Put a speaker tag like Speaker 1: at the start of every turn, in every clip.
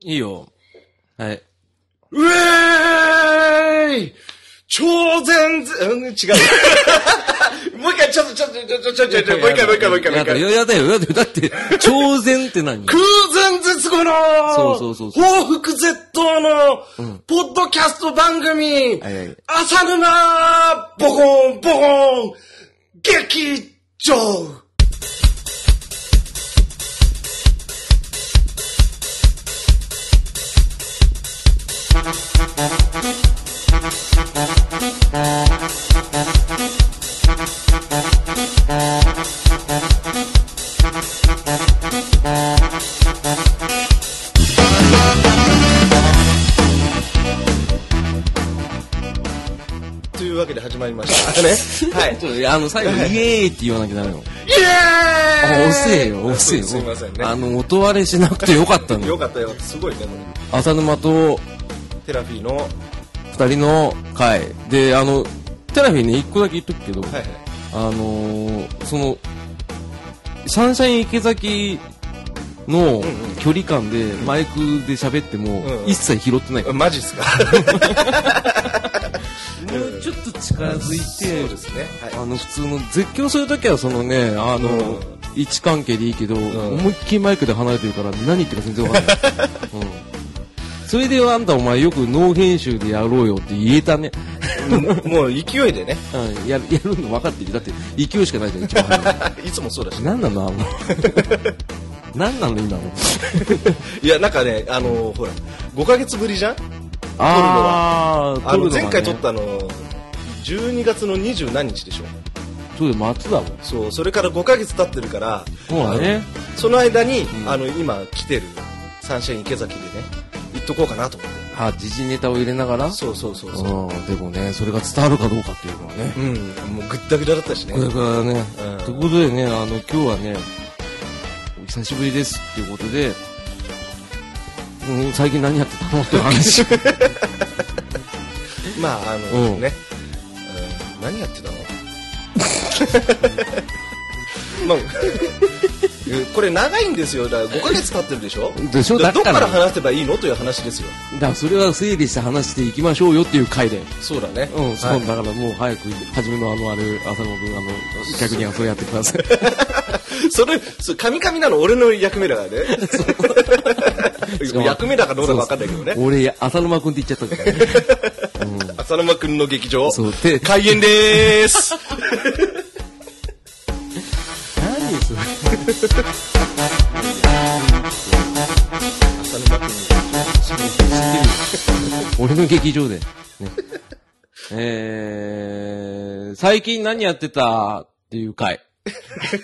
Speaker 1: いいよ。はい。
Speaker 2: うえーい超全然、うん、違 う。もう一回、ちょっと、ちょっと、ちょっと、ちょっと、ちょっと、もう一回、もう一回、もう一回、もう
Speaker 1: だから、
Speaker 2: 一回。
Speaker 1: やだよ。だって、だって、超前って何
Speaker 2: 空前絶後の、
Speaker 1: そうそうそうそう
Speaker 2: 報復絶倒の、ポッドキャスト番組、
Speaker 1: はいはい
Speaker 2: 浅沼、ボコン、ボコン、劇場。というわけで始まりま した。ね。はい。
Speaker 1: ちょっとあの、最後、イエーイって言わなきゃダメよ。
Speaker 2: イエーイ
Speaker 1: 遅えよ、遅えよ。
Speaker 2: すいませんね。
Speaker 1: あの、音割れしなくてよかったの
Speaker 2: よ
Speaker 1: よ。
Speaker 2: かったよかった。すごいね、こ
Speaker 1: 浅沼と
Speaker 2: れ。テラフィーの、はい
Speaker 1: 二人の会。で、あの、テラフィーね、一個だけ言っとくけど、
Speaker 2: はい。
Speaker 1: あのー、その、サンシャイン池崎の距離感でマイクで喋っても
Speaker 2: うんうん
Speaker 1: 一切拾ってないから、
Speaker 2: マジっすか
Speaker 1: もうちょっと近づ
Speaker 2: そう
Speaker 1: い
Speaker 2: で
Speaker 1: て、
Speaker 2: すね。はい。
Speaker 1: あの普通の絶叫するときはそのねあの、
Speaker 2: うん
Speaker 1: 位置関係でいいけど、
Speaker 2: ん
Speaker 1: 思いっきりマイクで離れてるから何言ってるか全然わか んない、うん、それであんたお前よく脳編集でやろうよって言えたね、
Speaker 2: もう勢いでね。
Speaker 1: うん、ややるの分かってるだって勢いしかないじゃん一番早い
Speaker 2: いつもそうだしね。
Speaker 1: 何なのあの 何なの今の
Speaker 2: いや、なんかね、あのーほら、5ヶ月ぶりじゃん
Speaker 1: あー
Speaker 2: あの、
Speaker 1: 撮る
Speaker 2: 前
Speaker 1: がね
Speaker 2: 回撮ったあのー、12月の二十何日でしょ。
Speaker 1: そうだよ松だもん
Speaker 2: そう、それから5ヶ月経ってるから、
Speaker 1: そうだね
Speaker 2: あのその間に、
Speaker 1: ん
Speaker 2: あの、今来てるサンシャイン池崎でね、行っとこうかなと思って。
Speaker 1: あ時事ネタを入れながら
Speaker 2: そうそうそうそう。
Speaker 1: うんでもねそれが伝わるかどうかっていうのはね
Speaker 2: うん、もうぐったぐただったしね。
Speaker 1: これからね、
Speaker 2: うん
Speaker 1: ということでね、あの、今日はね、お久しぶりですっていうことで、うん、最近何やってたのっていう 話。
Speaker 2: まあ、あの、
Speaker 1: うん
Speaker 2: ね、うん何やってたの まあ、えこれ長いんですよ。だから5ヶ月経ってるでしょ
Speaker 1: でしょ
Speaker 2: だ
Speaker 1: だ
Speaker 2: どっ
Speaker 1: か
Speaker 2: か
Speaker 1: ら、
Speaker 2: ら
Speaker 1: だか
Speaker 2: 話せばいいのという話ですよ。
Speaker 1: らそれは整理して話していきましょうよっていう回で。
Speaker 2: そうだね。
Speaker 1: うん、そう、
Speaker 2: はい
Speaker 1: だからもう早く、初めのあの、あれ、浅野君、あの、逆にはそうやってくださ い。
Speaker 2: それ、そう神々なの俺の役目だからね。 役目だからどうだか分かんないけどね。
Speaker 1: 俺、浅沼君って言っちゃったからね。
Speaker 2: 浅沼くんの劇場、
Speaker 1: そう、 て、
Speaker 2: 開演で ーす
Speaker 1: 何それ。
Speaker 2: 浅沼くんの劇
Speaker 1: 俺の劇場で。ね、えー、最近何やってたっていう回。
Speaker 2: 場、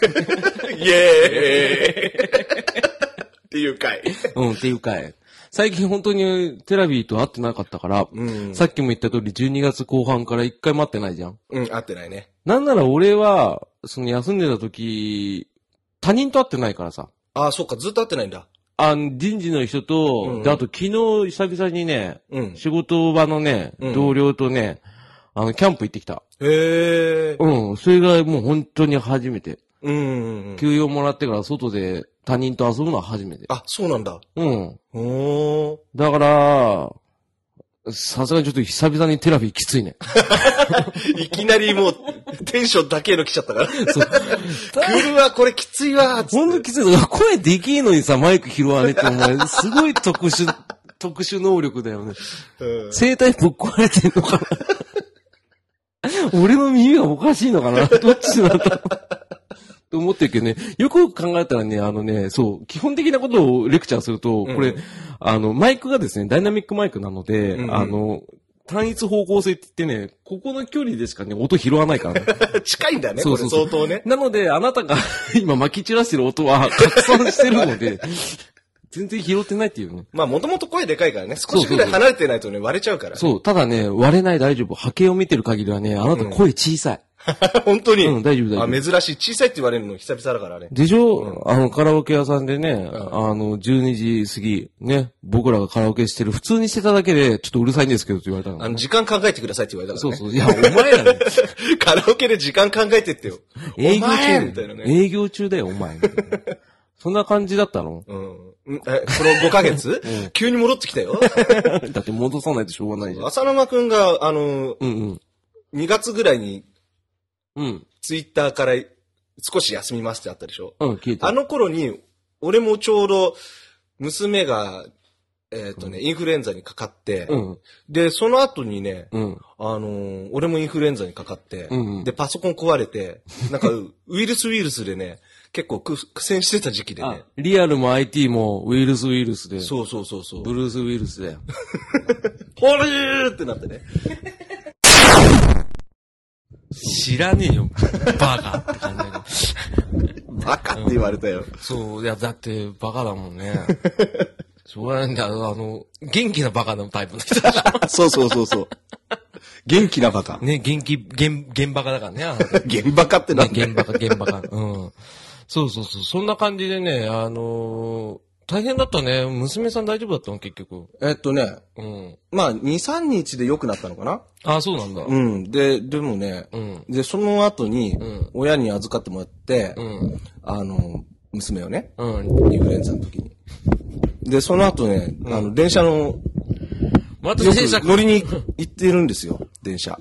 Speaker 2: イエーイっていう回。
Speaker 1: うん、っていう回。最近本当にテラビーと会ってなかったから、
Speaker 2: うん
Speaker 1: さっきも言った通り12月後半から一回待ってないじゃん。
Speaker 2: うん、合ってないね。
Speaker 1: なんなら俺は、その休んでた時、他人と会ってないからさ。
Speaker 2: ああ、そっか、ずっと合ってないんだ。
Speaker 1: あの、人事の人と、
Speaker 2: うん
Speaker 1: で、あと昨日久々にね、
Speaker 2: うん。
Speaker 1: 仕事場のね、
Speaker 2: うん
Speaker 1: 同僚とね、あの、キャンプ行ってきた。
Speaker 2: へえ。
Speaker 1: うん、それがもう本当に初めて。
Speaker 2: うんうんうん。
Speaker 1: 休養もらってから外で他人と遊ぶのは初めて。
Speaker 2: あ、そうなんだ。
Speaker 1: うん。
Speaker 2: おー。
Speaker 1: だから、さすがにちょっと久々にテラビーきついね。
Speaker 2: いきなりもう、テンションだけの来ちゃったから。
Speaker 1: そう。
Speaker 2: 来るわ、これきついわ、つ
Speaker 1: ほん
Speaker 2: っ
Speaker 1: と
Speaker 2: て。
Speaker 1: きついの。声できいのにさ、マイク拾わねえって、お前、すごい特殊、 特殊能力だよね。
Speaker 2: うん
Speaker 1: 声帯ぶっ壊れてんのかな俺の耳がおかしいのかなどっちなんだろうと思ってるけどね、よくよく考えたらね、あのね、そう、基本的なことをレクチャーすると、これ、
Speaker 2: うん
Speaker 1: あの、マイクがですね、ダイナミックマイクなので、
Speaker 2: うんうん
Speaker 1: あの、単一方向性って言ってね、ここの距離でしかね、音拾わないからね。
Speaker 2: 近いんだね、
Speaker 1: そ
Speaker 2: こ
Speaker 1: う
Speaker 2: れ
Speaker 1: そうそ
Speaker 2: 相
Speaker 1: う
Speaker 2: 当ね。
Speaker 1: なので、あなたが 今巻き散らしてる音は拡散してるので、 全然拾ってないっていうね。
Speaker 2: まあ、もともと声でかいからね、少しぐらい離れてないとね、割れちゃうから。
Speaker 1: そう、ただね、割れない大丈夫。波形を見てる限りはね、あなた声小さい。
Speaker 2: 本当に。
Speaker 1: うん大丈夫大丈夫
Speaker 2: あ、珍しい。小さいって言われるの久々だからね。
Speaker 1: でしょ、あの、カラオケ屋さんでね、あの、12時過ぎ、ね、僕らがカラオケしてる、普通にしてただけで、ちょっとうるさいんですけどって言われたの。
Speaker 2: あの、時間考えてくださいって言われたか
Speaker 1: そう
Speaker 2: らね。
Speaker 1: そう。いや、お前らね、
Speaker 2: カラオケで時間考えてってよ。お
Speaker 1: 営業
Speaker 2: 前
Speaker 1: 中
Speaker 2: みたいなね。
Speaker 1: 営業中だよ、お前。そんな感じだったの
Speaker 2: うん。うんえ、この5ヶ月
Speaker 1: うん
Speaker 2: 急に戻ってきたよ。
Speaker 1: だって戻さないとしょうがないじゃん。
Speaker 2: 浅沼くんが、あの、
Speaker 1: うんうん。
Speaker 2: 2月ぐらいに
Speaker 1: うん。
Speaker 2: ツイッターから少し休みますってあったでしょ。
Speaker 1: うん、聞いた。
Speaker 2: あの頃に、俺もちょうど、娘が、えっ、とね、インフルエンザにかかって、
Speaker 1: うん。
Speaker 2: で、その後にね、
Speaker 1: うん。
Speaker 2: あのー俺もインフルエンザにかかって、
Speaker 1: うんうん
Speaker 2: で、パソコン壊れて、なんか、ウイルスウイルスでね、結構苦苦戦してた時期で
Speaker 1: あ
Speaker 2: ね。、
Speaker 1: リアルも IT もウイルスウイルスで。
Speaker 2: そうそうそうそう。
Speaker 1: ブルースウイルスだよ。
Speaker 2: ほれーってなってね。
Speaker 1: 知らねえよ、バカって感じだけ
Speaker 2: バカって言われたよ。
Speaker 1: ど。そう、いや、だって、バカだもんね。しょうがないんだよ、あの、元気なバカのタイプの人だから。
Speaker 2: そうそうそうそう。元気なバカ。
Speaker 1: ね、元気、現、現バカだからねあの。
Speaker 2: 現バカってなんだ
Speaker 1: 現場か、現場か。うん。そうそうそう。そんな感じでね、あのー大変だったね。娘さん大丈夫だったの結局。
Speaker 2: えっとね、
Speaker 1: うん。
Speaker 2: まあ、2、3日で良くなったのかな
Speaker 1: あ、そうなんだ。
Speaker 2: うん。で、でもね、
Speaker 1: うん。
Speaker 2: で、その後に
Speaker 1: うん、
Speaker 2: 親に預かってもらって、
Speaker 1: うん。
Speaker 2: あの、娘をね、
Speaker 1: うん。
Speaker 2: インフルエンザの時に。で、その後ね、あの、電車の、
Speaker 1: また
Speaker 2: よ
Speaker 1: 電車
Speaker 2: く乗りに行ってるんですよ、電車。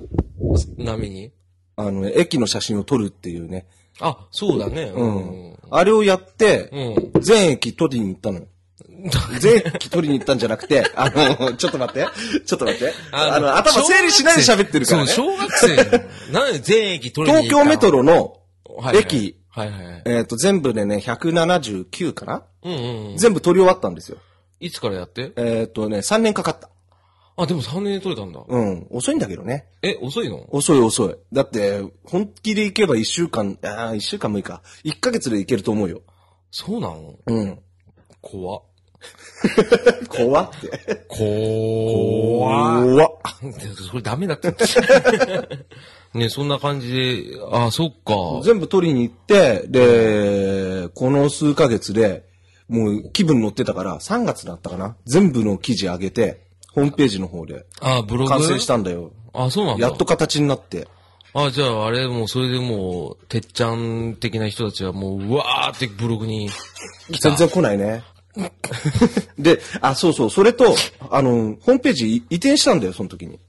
Speaker 1: 波に
Speaker 2: あのね、駅の写真を撮るっていうね。
Speaker 1: あ、そうだね。
Speaker 2: うん。あれをやって、
Speaker 1: うん。
Speaker 2: 全駅撮りに行っ たのよ。全駅撮りに行ったんじゃなくて、あの、ちょっと待って、ちょっと待って。あの、頭整理しないで喋ってるからね。
Speaker 1: そう、小学生だよ。 なんで全駅取りに
Speaker 2: 東京メト
Speaker 1: ロ
Speaker 2: ロの、駅。
Speaker 1: はいはいはい。
Speaker 2: えっ、と、全部でね、179かな、
Speaker 1: うんうんうん。
Speaker 2: 全部撮り終わったんですよ。
Speaker 1: いつからやって
Speaker 2: えっ、とね、3年かかった。
Speaker 1: あ、でも3年で取れたんだ。
Speaker 2: うん、遅いんだけどね。
Speaker 1: え、遅いの
Speaker 2: 遅い遅い。だって、本気で行けば1週間、ああ、1週間もいいか。1ヶ月で行けると思うよ。
Speaker 1: そうなの
Speaker 2: うん。
Speaker 1: 怖っ。
Speaker 2: 怖って。
Speaker 1: 怖っ。
Speaker 2: 怖っ。
Speaker 1: それダメだって。 ね、そんな感じで、あ、そっか。
Speaker 2: 全部取りに行って、で、この数ヶ月で、もう気分乗ってたから、3月だったかな全部の記事上げて、ホームページの方で、
Speaker 1: あ、ブログ
Speaker 2: 完成したんだよ。
Speaker 1: あ、そうなんだ。
Speaker 2: やっと形になって。
Speaker 1: あ、じゃあ、あれ、もう、それでもう、てっちゃん的な人たちはもう、うわーってブログに。
Speaker 2: 全然来ないね。 で、あ、そうそう、それと、あの、ホームページ移転したんだよ、その時に。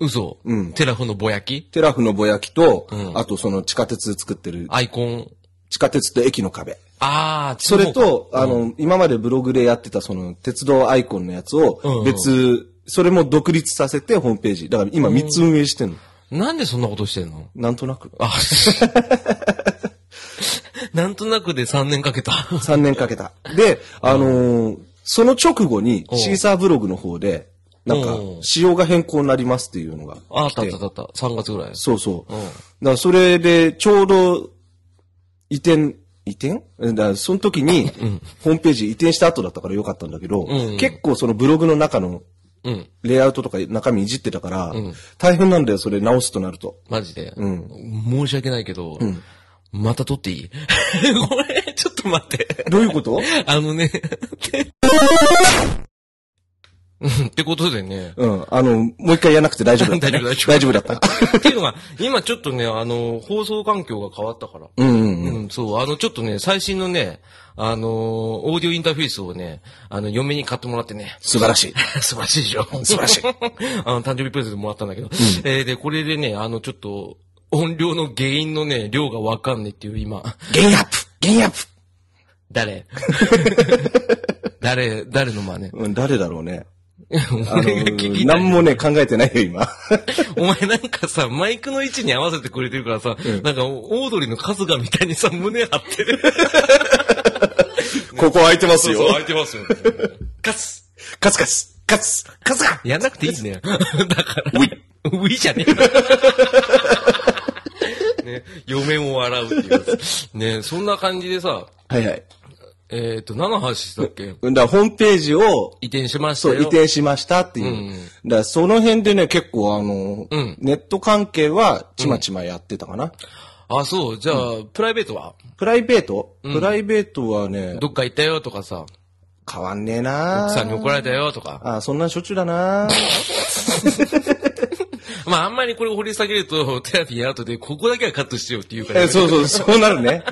Speaker 1: 嘘。
Speaker 2: うん
Speaker 1: テラフのぼやき
Speaker 2: テラフのぼやきと、
Speaker 1: うん
Speaker 2: あとその地下鉄作ってる、
Speaker 1: アイコン。
Speaker 2: 地下鉄と駅の壁。
Speaker 1: あー、
Speaker 2: それ
Speaker 1: う、
Speaker 2: と、あの、今までブログでやってたその鉄道アイコンのやつ
Speaker 1: うんう
Speaker 2: を
Speaker 1: ん
Speaker 2: 別、それも独立させてホームページ。だから今3つ運営してんの。
Speaker 1: なんでそんなことしてんの
Speaker 2: なんとなく。
Speaker 1: あ、 なんとなくで3年か けた。
Speaker 2: 3年かけた。で、あのーその直後にシーサーブログの方で、なんか
Speaker 1: う、ん
Speaker 2: 仕様が変更になりますっていうのが。
Speaker 1: あ、あったあったあった。3月ぐらい。
Speaker 2: そうそう。
Speaker 1: うん
Speaker 2: だからそれで、ちょうど、移転、移転だからその時に、ホームページ移転した後だったからよかったんだけど、
Speaker 1: んうん
Speaker 2: 結構そのブログの中の
Speaker 1: うん。
Speaker 2: レイアウトとか中身いじってたから、
Speaker 1: ん
Speaker 2: 大変なんだよ、それ直すとなると。
Speaker 1: マジで。
Speaker 2: うん
Speaker 1: 申し訳ないけど、また撮ってい いごめん、ちょっと待って。
Speaker 2: どういうこと
Speaker 1: あのね。 うんってことでね。
Speaker 2: うん。あの、もう一回やらなくて 大丈夫だった、ね。
Speaker 1: 大丈夫大丈夫
Speaker 2: だった。
Speaker 1: っていうのは、今ちょっとね、あの、放送環境が変わったから。
Speaker 2: うんうん
Speaker 1: う
Speaker 2: うん。
Speaker 1: ん、そう、あの、ちょっとね、最新のね、あのーオーディオインターフェースをね、あの、嫁に買ってもらってね、
Speaker 2: 素晴らしい。
Speaker 1: 素晴らしいでしょ素
Speaker 2: 晴らしい。
Speaker 1: あの、誕生日プレゼントもらったんだけど。えーで、これでね、あの、ちょっと、音量の原因のね、量がわかんねえっていう、今。
Speaker 2: ゲインアップゲインアップ
Speaker 1: 誰誰、誰の真似
Speaker 2: うん、誰だろうね。
Speaker 1: お前
Speaker 2: あ
Speaker 1: が
Speaker 2: の
Speaker 1: 聞き
Speaker 2: ー、
Speaker 1: た
Speaker 2: ないんもね、考えてないよ、 今。
Speaker 1: お前なんかさ、マイクの位置に合わせてくれてるからさ、なんか、オードリーの春日みたいにさ、胸張ってる。
Speaker 2: ここ空いてますよ。
Speaker 1: 開いてますよ。カス
Speaker 2: カツカツカツカツカ
Speaker 1: やんなくていいん だよ。だから。
Speaker 2: ウィ
Speaker 1: ウィじゃねえ よね、嫁も笑うっていうやつ。ね、そんな感じでさ、
Speaker 2: はいはい。
Speaker 1: えっ、と、何の話したっけ
Speaker 2: だからホームページを、
Speaker 1: 移転しました
Speaker 2: そう、
Speaker 1: よ。
Speaker 2: 移転しましたっていう。
Speaker 1: うん
Speaker 2: だからその辺でね、結構あの、
Speaker 1: うん
Speaker 2: ネット関係はちまちまやってたかな。
Speaker 1: あ、そう。じゃあ、プライベートは
Speaker 2: プライベート、プライベートはね、
Speaker 1: どっか行ったよとかさ、
Speaker 2: 変わんねえな
Speaker 1: 奥さんに怒られたよとか、
Speaker 2: あ、そんなんしょっちゅうだな
Speaker 1: まあ、あんまりこれを掘り下げると、 テラピー後で、ここだけはカットしてよっていうから、
Speaker 2: え、そうそう、そうなるね。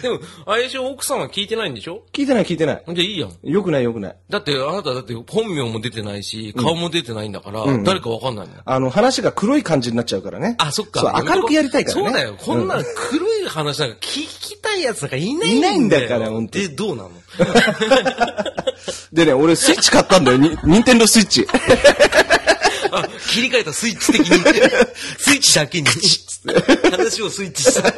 Speaker 1: でも、あれでしょ、奥さんは聞いてないんでしょ
Speaker 2: 聞いてない聞いてない。
Speaker 1: じゃあいいやん。
Speaker 2: よくないよくない。
Speaker 1: だって、あなただって本名も出てないし、顔も出てないんだから、誰かわかんないの。
Speaker 2: あの、話が黒い感じになっちゃうからね。
Speaker 1: あ、そっか。
Speaker 2: そう、明るくやりたいからね。
Speaker 1: そうだよ。こんな黒い話なんか聞きたいやつなんかいないんだよ。
Speaker 2: いないんだから本当に
Speaker 1: で、どうなの
Speaker 2: でね、俺スイッチ買った んだよ。にニンテンドースイッチ。
Speaker 1: あ、切り替えたスイッチ的に。スイッチだ けに。話をスイッチした。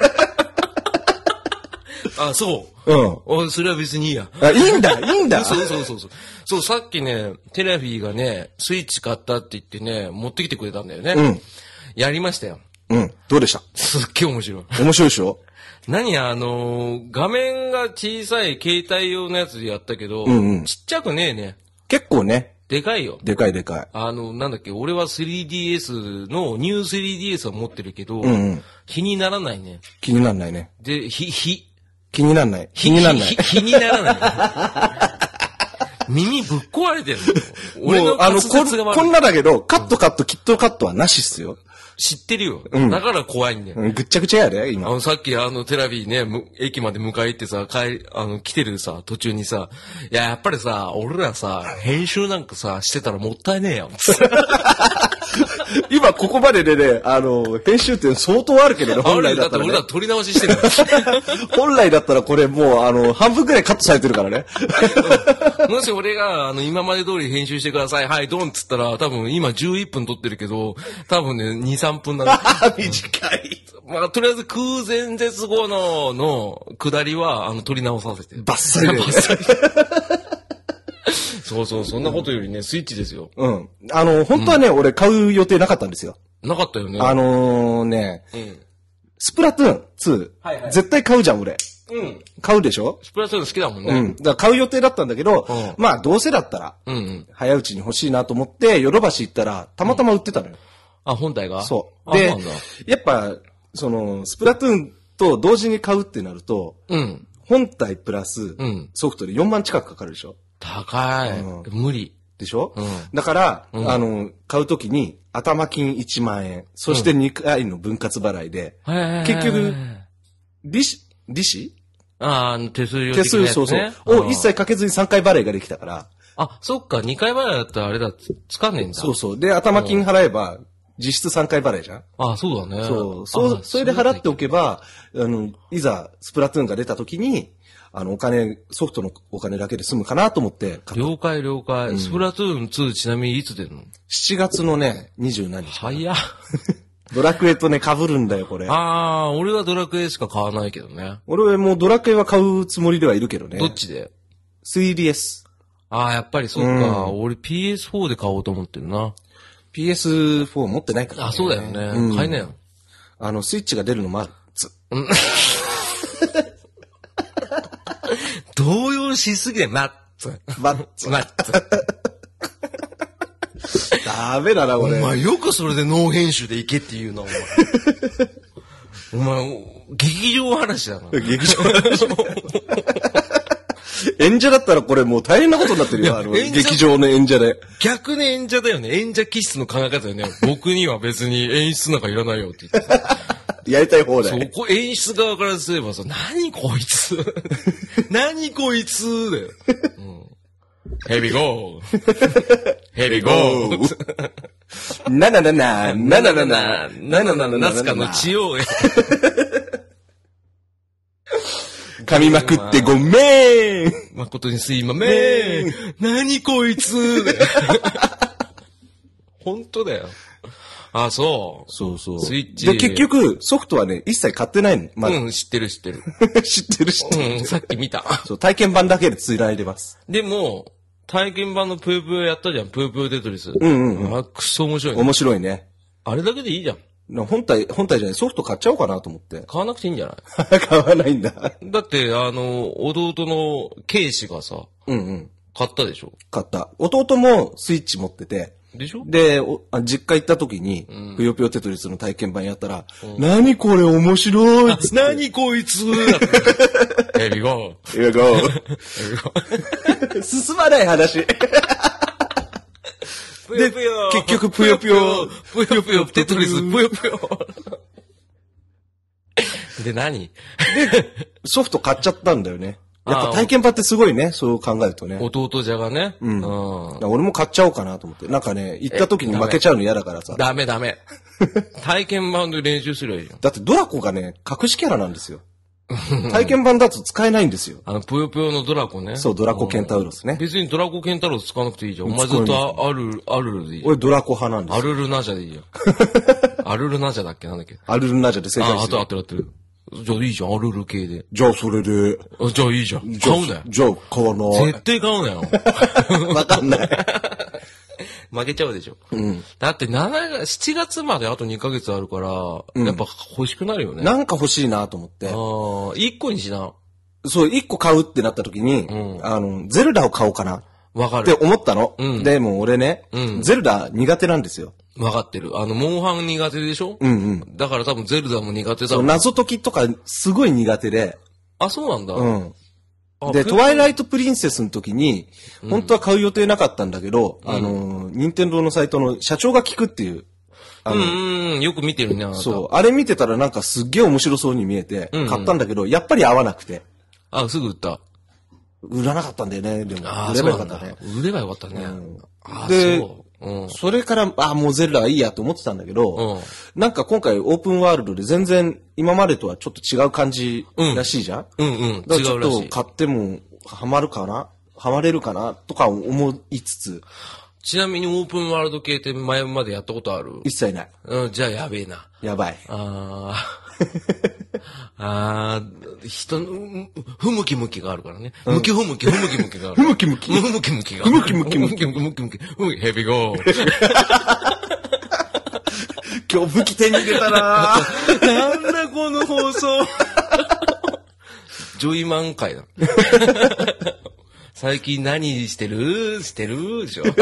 Speaker 1: あ、そう。
Speaker 2: うん
Speaker 1: おそれは別にいいや。
Speaker 2: あ、いいんだ、いいんだ。
Speaker 1: そうそうそうそう。そう、さっきね、テレフィーがね、スイッチ買ったって言ってね、持ってきてくれたんだよね。
Speaker 2: うん
Speaker 1: やりましたよ。
Speaker 2: うん。どうでした
Speaker 1: すっげえ面白い。
Speaker 2: 面白いでしょ
Speaker 1: 何あのー画面が小さい携帯用のやつでやったけど、
Speaker 2: んうん
Speaker 1: ちっちゃくねえね。
Speaker 2: 結構ね、
Speaker 1: でかいよ。
Speaker 2: でかいでかい。
Speaker 1: あの、なんだっけ、俺は 3DS の、ニュー 3DS は持ってるけど、
Speaker 2: んうん
Speaker 1: 気にならないね。
Speaker 2: 気になんないね。
Speaker 1: で、ひ、ひ、
Speaker 2: 気になんない。
Speaker 1: ひ
Speaker 2: 気になん ない
Speaker 1: ひ。ひ気にならない。耳ぶっ壊れてる。俺
Speaker 2: も
Speaker 1: の
Speaker 2: う、あ
Speaker 1: 滑
Speaker 2: の、こ
Speaker 1: 舌が
Speaker 2: ん
Speaker 1: 悪
Speaker 2: こん
Speaker 1: い。
Speaker 2: なだけど、カットカット、きっとカットはなしっすよ。
Speaker 1: 知ってるよ。だから怖いんだよ。
Speaker 2: うんぐっちゃぐちゃやで、
Speaker 1: あ
Speaker 2: 今。
Speaker 1: の、さっきあの、テラビーね、む駅まで迎え行ってさ、帰り、あの、来てるさ、途中にさ、いや、やっぱりさ、俺らさ、編集なんかさ、してたらもったいねえよ。
Speaker 2: 今、ここまででね、あの、編集点相当あるけれど、 本
Speaker 1: 俺
Speaker 2: 来
Speaker 1: ら、だっ
Speaker 2: だってたら、
Speaker 1: 俺
Speaker 2: ね
Speaker 1: ら。撮り直ししてるから。
Speaker 2: 本来だったらこれもう、あ の、半分くらいカットされてるからね。
Speaker 1: もし俺が、あの、今まで通り編集してください、はい、ドンっつったら、多分今11分撮ってるけど、多分ね、2、3分なの。
Speaker 2: 短い。
Speaker 1: まあ、とりあえず空前絶後の、の、下りは、あの、撮り直させて。
Speaker 2: バ ッサリだよね
Speaker 1: そうそう、そんなことよりね、スイッチですよ。
Speaker 2: うん。あの、本当はね、俺買う予定なかったんですよ。
Speaker 1: なかったよね。
Speaker 2: あのーね、
Speaker 1: うん。
Speaker 2: スプラトゥーン2、
Speaker 1: はいはい
Speaker 2: 絶対買うじゃん、俺。
Speaker 1: うん。
Speaker 2: 買うでしょ
Speaker 1: スプラトゥーン好きだもんね。
Speaker 2: うん。だから買う予定だったんだけど、
Speaker 1: うん
Speaker 2: まあ、どうせだったら、
Speaker 1: うんうん。
Speaker 2: 早いうちに欲しいなと思って、ヨドバシ行ったら、たまたま売ってたのよ。
Speaker 1: あ、本体が
Speaker 2: そう。
Speaker 1: あ
Speaker 2: で
Speaker 1: そうなんだ。、
Speaker 2: やっぱ、その、スプラトゥーンと同時に買うってなると、
Speaker 1: うん。
Speaker 2: 本体プラス
Speaker 1: うん、
Speaker 2: ソフトで4万近くかかるでしょ
Speaker 1: 高い。
Speaker 2: う
Speaker 1: 無理。
Speaker 2: でしょ、
Speaker 1: うん
Speaker 2: だから、あの、買うときに頭金1万円、そして2回の分割払いで、結局利子、利子
Speaker 1: ああ、手数料
Speaker 2: 手
Speaker 1: 的な
Speaker 2: 数、
Speaker 1: やつね
Speaker 2: そうそう。を一。切かけずに3回払いができたから、
Speaker 1: あ、そっか、2回払いだったらあれだ、つつかんねえんだ。
Speaker 2: そうそう。で、頭金払えば、実質3回払いじゃん
Speaker 1: あそうだね。
Speaker 2: そう、そう、
Speaker 1: あ
Speaker 2: それで払っておけば、あの、いざ、スプラトゥーンが出た時に、あの、お金、ソフトのお金だけで済むかなと思って買っ
Speaker 1: 了解了解。スプラトゥーン2ちなみにいつ出るの
Speaker 2: 7月のね、27日。
Speaker 1: 早っ。
Speaker 2: ドラクエとね、被るんだよ、これ。
Speaker 1: ああー、俺はドラクエしか買わないけどね。
Speaker 2: 俺もうドラクエは買うつもりではいるけどね。
Speaker 1: どっちで
Speaker 2: ?3DS。
Speaker 1: ああ、やっぱりそっか。俺 PS4 で買おうと思ってるな。
Speaker 2: PS4 持ってないから、
Speaker 1: あ、そうだよね。
Speaker 2: うん
Speaker 1: 買えなよ。
Speaker 2: あの、スイッチが出るのもある。つ
Speaker 1: 動揺しすぎで、マッツ。
Speaker 2: ま、つ
Speaker 1: マッツ。
Speaker 2: ダメだな、こ
Speaker 1: お
Speaker 2: れ。
Speaker 1: 前よくそれでノー編集でいけって言うな、 お前。お前、劇場話だな。
Speaker 2: 劇場 の話演者だったらこれもう大変なことになってるよ、あの、
Speaker 1: 演者
Speaker 2: 劇場の演者で。
Speaker 1: 逆に演者だよね。演者気質の考え方だよね。僕には別に演出なんかいらないよって言ってさ。
Speaker 2: やりたい放題。
Speaker 1: そうこ演出側からすればさ、何こいつ 何こいつだよ。うん。ヘビ ゴー。ヘビゴー。
Speaker 2: なななな、なななな、
Speaker 1: ななななナスカの
Speaker 2: 血
Speaker 1: 血を、
Speaker 2: 噛みまくってごめん
Speaker 1: 誠にすいまめん。何こいつ 本当だよ。あ、そう。
Speaker 2: そうそう。
Speaker 1: スイッチ
Speaker 2: で、結局、ソフトはね、一切買ってないの。まだ。
Speaker 1: うん、知ってる知 ってる。
Speaker 2: 知ってる知ってる。
Speaker 1: うん、さっき見た。
Speaker 2: そう、体験版だけでついられてます。
Speaker 1: でも、体験版のプープーやったじゃん、プープーテトリス。うん
Speaker 2: うん
Speaker 1: うん。あ、くそ面白いね、
Speaker 2: 面白いね。
Speaker 1: あれだけでいいじゃん。
Speaker 2: な本体、本体じゃない、ソフト買っちゃおうかなと思って。
Speaker 1: 買わなくていいんじゃな
Speaker 2: 買わないんだ。
Speaker 1: いだって、あの、弟のケイシがさ、
Speaker 2: うんうん。
Speaker 1: 買ったでしょ
Speaker 2: 買った。弟もスイッチ持ってて、
Speaker 1: でしょ
Speaker 2: で、おあ実家行った時に、ぷよぷよテトリスの体験版やったら、何これ面白いっつって
Speaker 1: 何こい つヘビゴ
Speaker 2: Here we go.
Speaker 1: ー。
Speaker 2: 進まない話。
Speaker 1: プで、ぷよ
Speaker 2: 結局ぷよぷよ。
Speaker 1: ぷよぷよ、テトリス、ぷよぷよ。 で、何
Speaker 2: ソフト買っちゃったんだよね。やっ
Speaker 1: あ
Speaker 2: ぱ
Speaker 1: ー
Speaker 2: 体験版ってすごいね、そう考えるとね。
Speaker 1: 弟じゃがね。うん
Speaker 2: 俺も買っちゃおうかなと思って。なんかね、行った時に負けちゃうの嫌だからさ。
Speaker 1: ダメダ メ。体験版で練習すればいいよ。
Speaker 2: だってドラコがね、隠しキャラなんですよ。体験版だと使えないんですよ。
Speaker 1: あの、ぷよぷよのドラコね。
Speaker 2: そう、ドラコケンタウロスね。
Speaker 1: 別にドラコケンタロウ使わなくていいじゃん。お前
Speaker 2: 使
Speaker 1: ず
Speaker 2: わ
Speaker 1: っ
Speaker 2: ない
Speaker 1: とあアルル、アルルでいいじゃん。
Speaker 2: 俺ドラコ派なんで
Speaker 1: ア
Speaker 2: すよ。
Speaker 1: ルルナジャでいいじゃん。 アルルナジャだっけなんだっけ
Speaker 2: アルルナジャで正解
Speaker 1: あ、
Speaker 2: で
Speaker 1: あ
Speaker 2: す
Speaker 1: と
Speaker 2: よ。
Speaker 1: あとあと。じゃあいいじゃん、アルル系で。
Speaker 2: じゃあそれで、
Speaker 1: あじゃあいいじゃん。
Speaker 2: じゃあ
Speaker 1: 買うなよ。
Speaker 2: じゃあ買わな
Speaker 1: 絶対買うなよ。
Speaker 2: い。わかんない。
Speaker 1: 負けちゃうでしょ。だって7月、7月まであと2ヶ月あるから、やっぱ欲しくなるよね。あ
Speaker 2: なんか欲しいなと思って
Speaker 1: あ。ー、1個にしな。
Speaker 2: そう、一個買うってなった時に、
Speaker 1: う
Speaker 2: あの、ゼルダを買おうかな
Speaker 1: わか
Speaker 2: って
Speaker 1: る。
Speaker 2: 思ったの。
Speaker 1: うん
Speaker 2: でも俺ね、
Speaker 1: うん
Speaker 2: ゼルダ苦手なんですよ。
Speaker 1: わかってる。あの、モンハン苦手でしょ
Speaker 2: うんうん。
Speaker 1: だから多分ゼルダも苦手だ
Speaker 2: そ
Speaker 1: ろ
Speaker 2: う
Speaker 1: う。
Speaker 2: 謎解きとかすごい苦手で、
Speaker 1: あ、そうなんだ。
Speaker 2: うん。
Speaker 1: あ
Speaker 2: で、
Speaker 1: プ
Speaker 2: トワイライトプリンセスの時に、本当は買う予定なかったんだけど、あのー、任天堂のサイトの社長が聞くっていう、あ
Speaker 1: うん
Speaker 2: の、
Speaker 1: うんうん、よく見てるね、あなた。
Speaker 2: そう、あれ見てたらなんかすっげえ面白そうに見えて
Speaker 1: うんうん、
Speaker 2: 買ったんだけど、やっぱり合わなくて、
Speaker 1: あ、すぐ売った。
Speaker 2: 売らなかったんだよね、でも。
Speaker 1: あ
Speaker 2: 売
Speaker 1: あ、
Speaker 2: れ
Speaker 1: そ
Speaker 2: ば
Speaker 1: う
Speaker 2: よ
Speaker 1: な
Speaker 2: かっ
Speaker 1: んだ
Speaker 2: たね。。
Speaker 1: 売ればよかったね。ああ、
Speaker 2: で
Speaker 1: そう。うん。
Speaker 2: それから、ああ、もうゼルダはいいやと思ってたんだけ
Speaker 1: う
Speaker 2: ど、
Speaker 1: ん。
Speaker 2: なんか今回オープンワールドで全然今までとはちょっと違う感じらしいじゃん、
Speaker 1: うんうん、
Speaker 2: だから
Speaker 1: 違
Speaker 2: ち
Speaker 1: う
Speaker 2: ょ
Speaker 1: らし
Speaker 2: っ
Speaker 1: い
Speaker 2: と。買ってもハマるかなハマれるかなとか思いつつ、
Speaker 1: ちなみにオープンワールド系って前までやったことある
Speaker 2: 一切ない。
Speaker 1: うん、じゃあやべえな。
Speaker 2: やばい。
Speaker 1: ああ。ああ、人の、うんふむきむきがあるからね。むきふむき、ふむきむきがある。
Speaker 2: ふむきむき
Speaker 1: ふむきむきがある。
Speaker 2: ふむきむきむ
Speaker 1: ふむきむきむき。ふむき、ヘビゴー。
Speaker 2: 今日武器手に入れたな
Speaker 1: なんだこの放送。ジョイマン会だ。最近何してるしてるでしょ。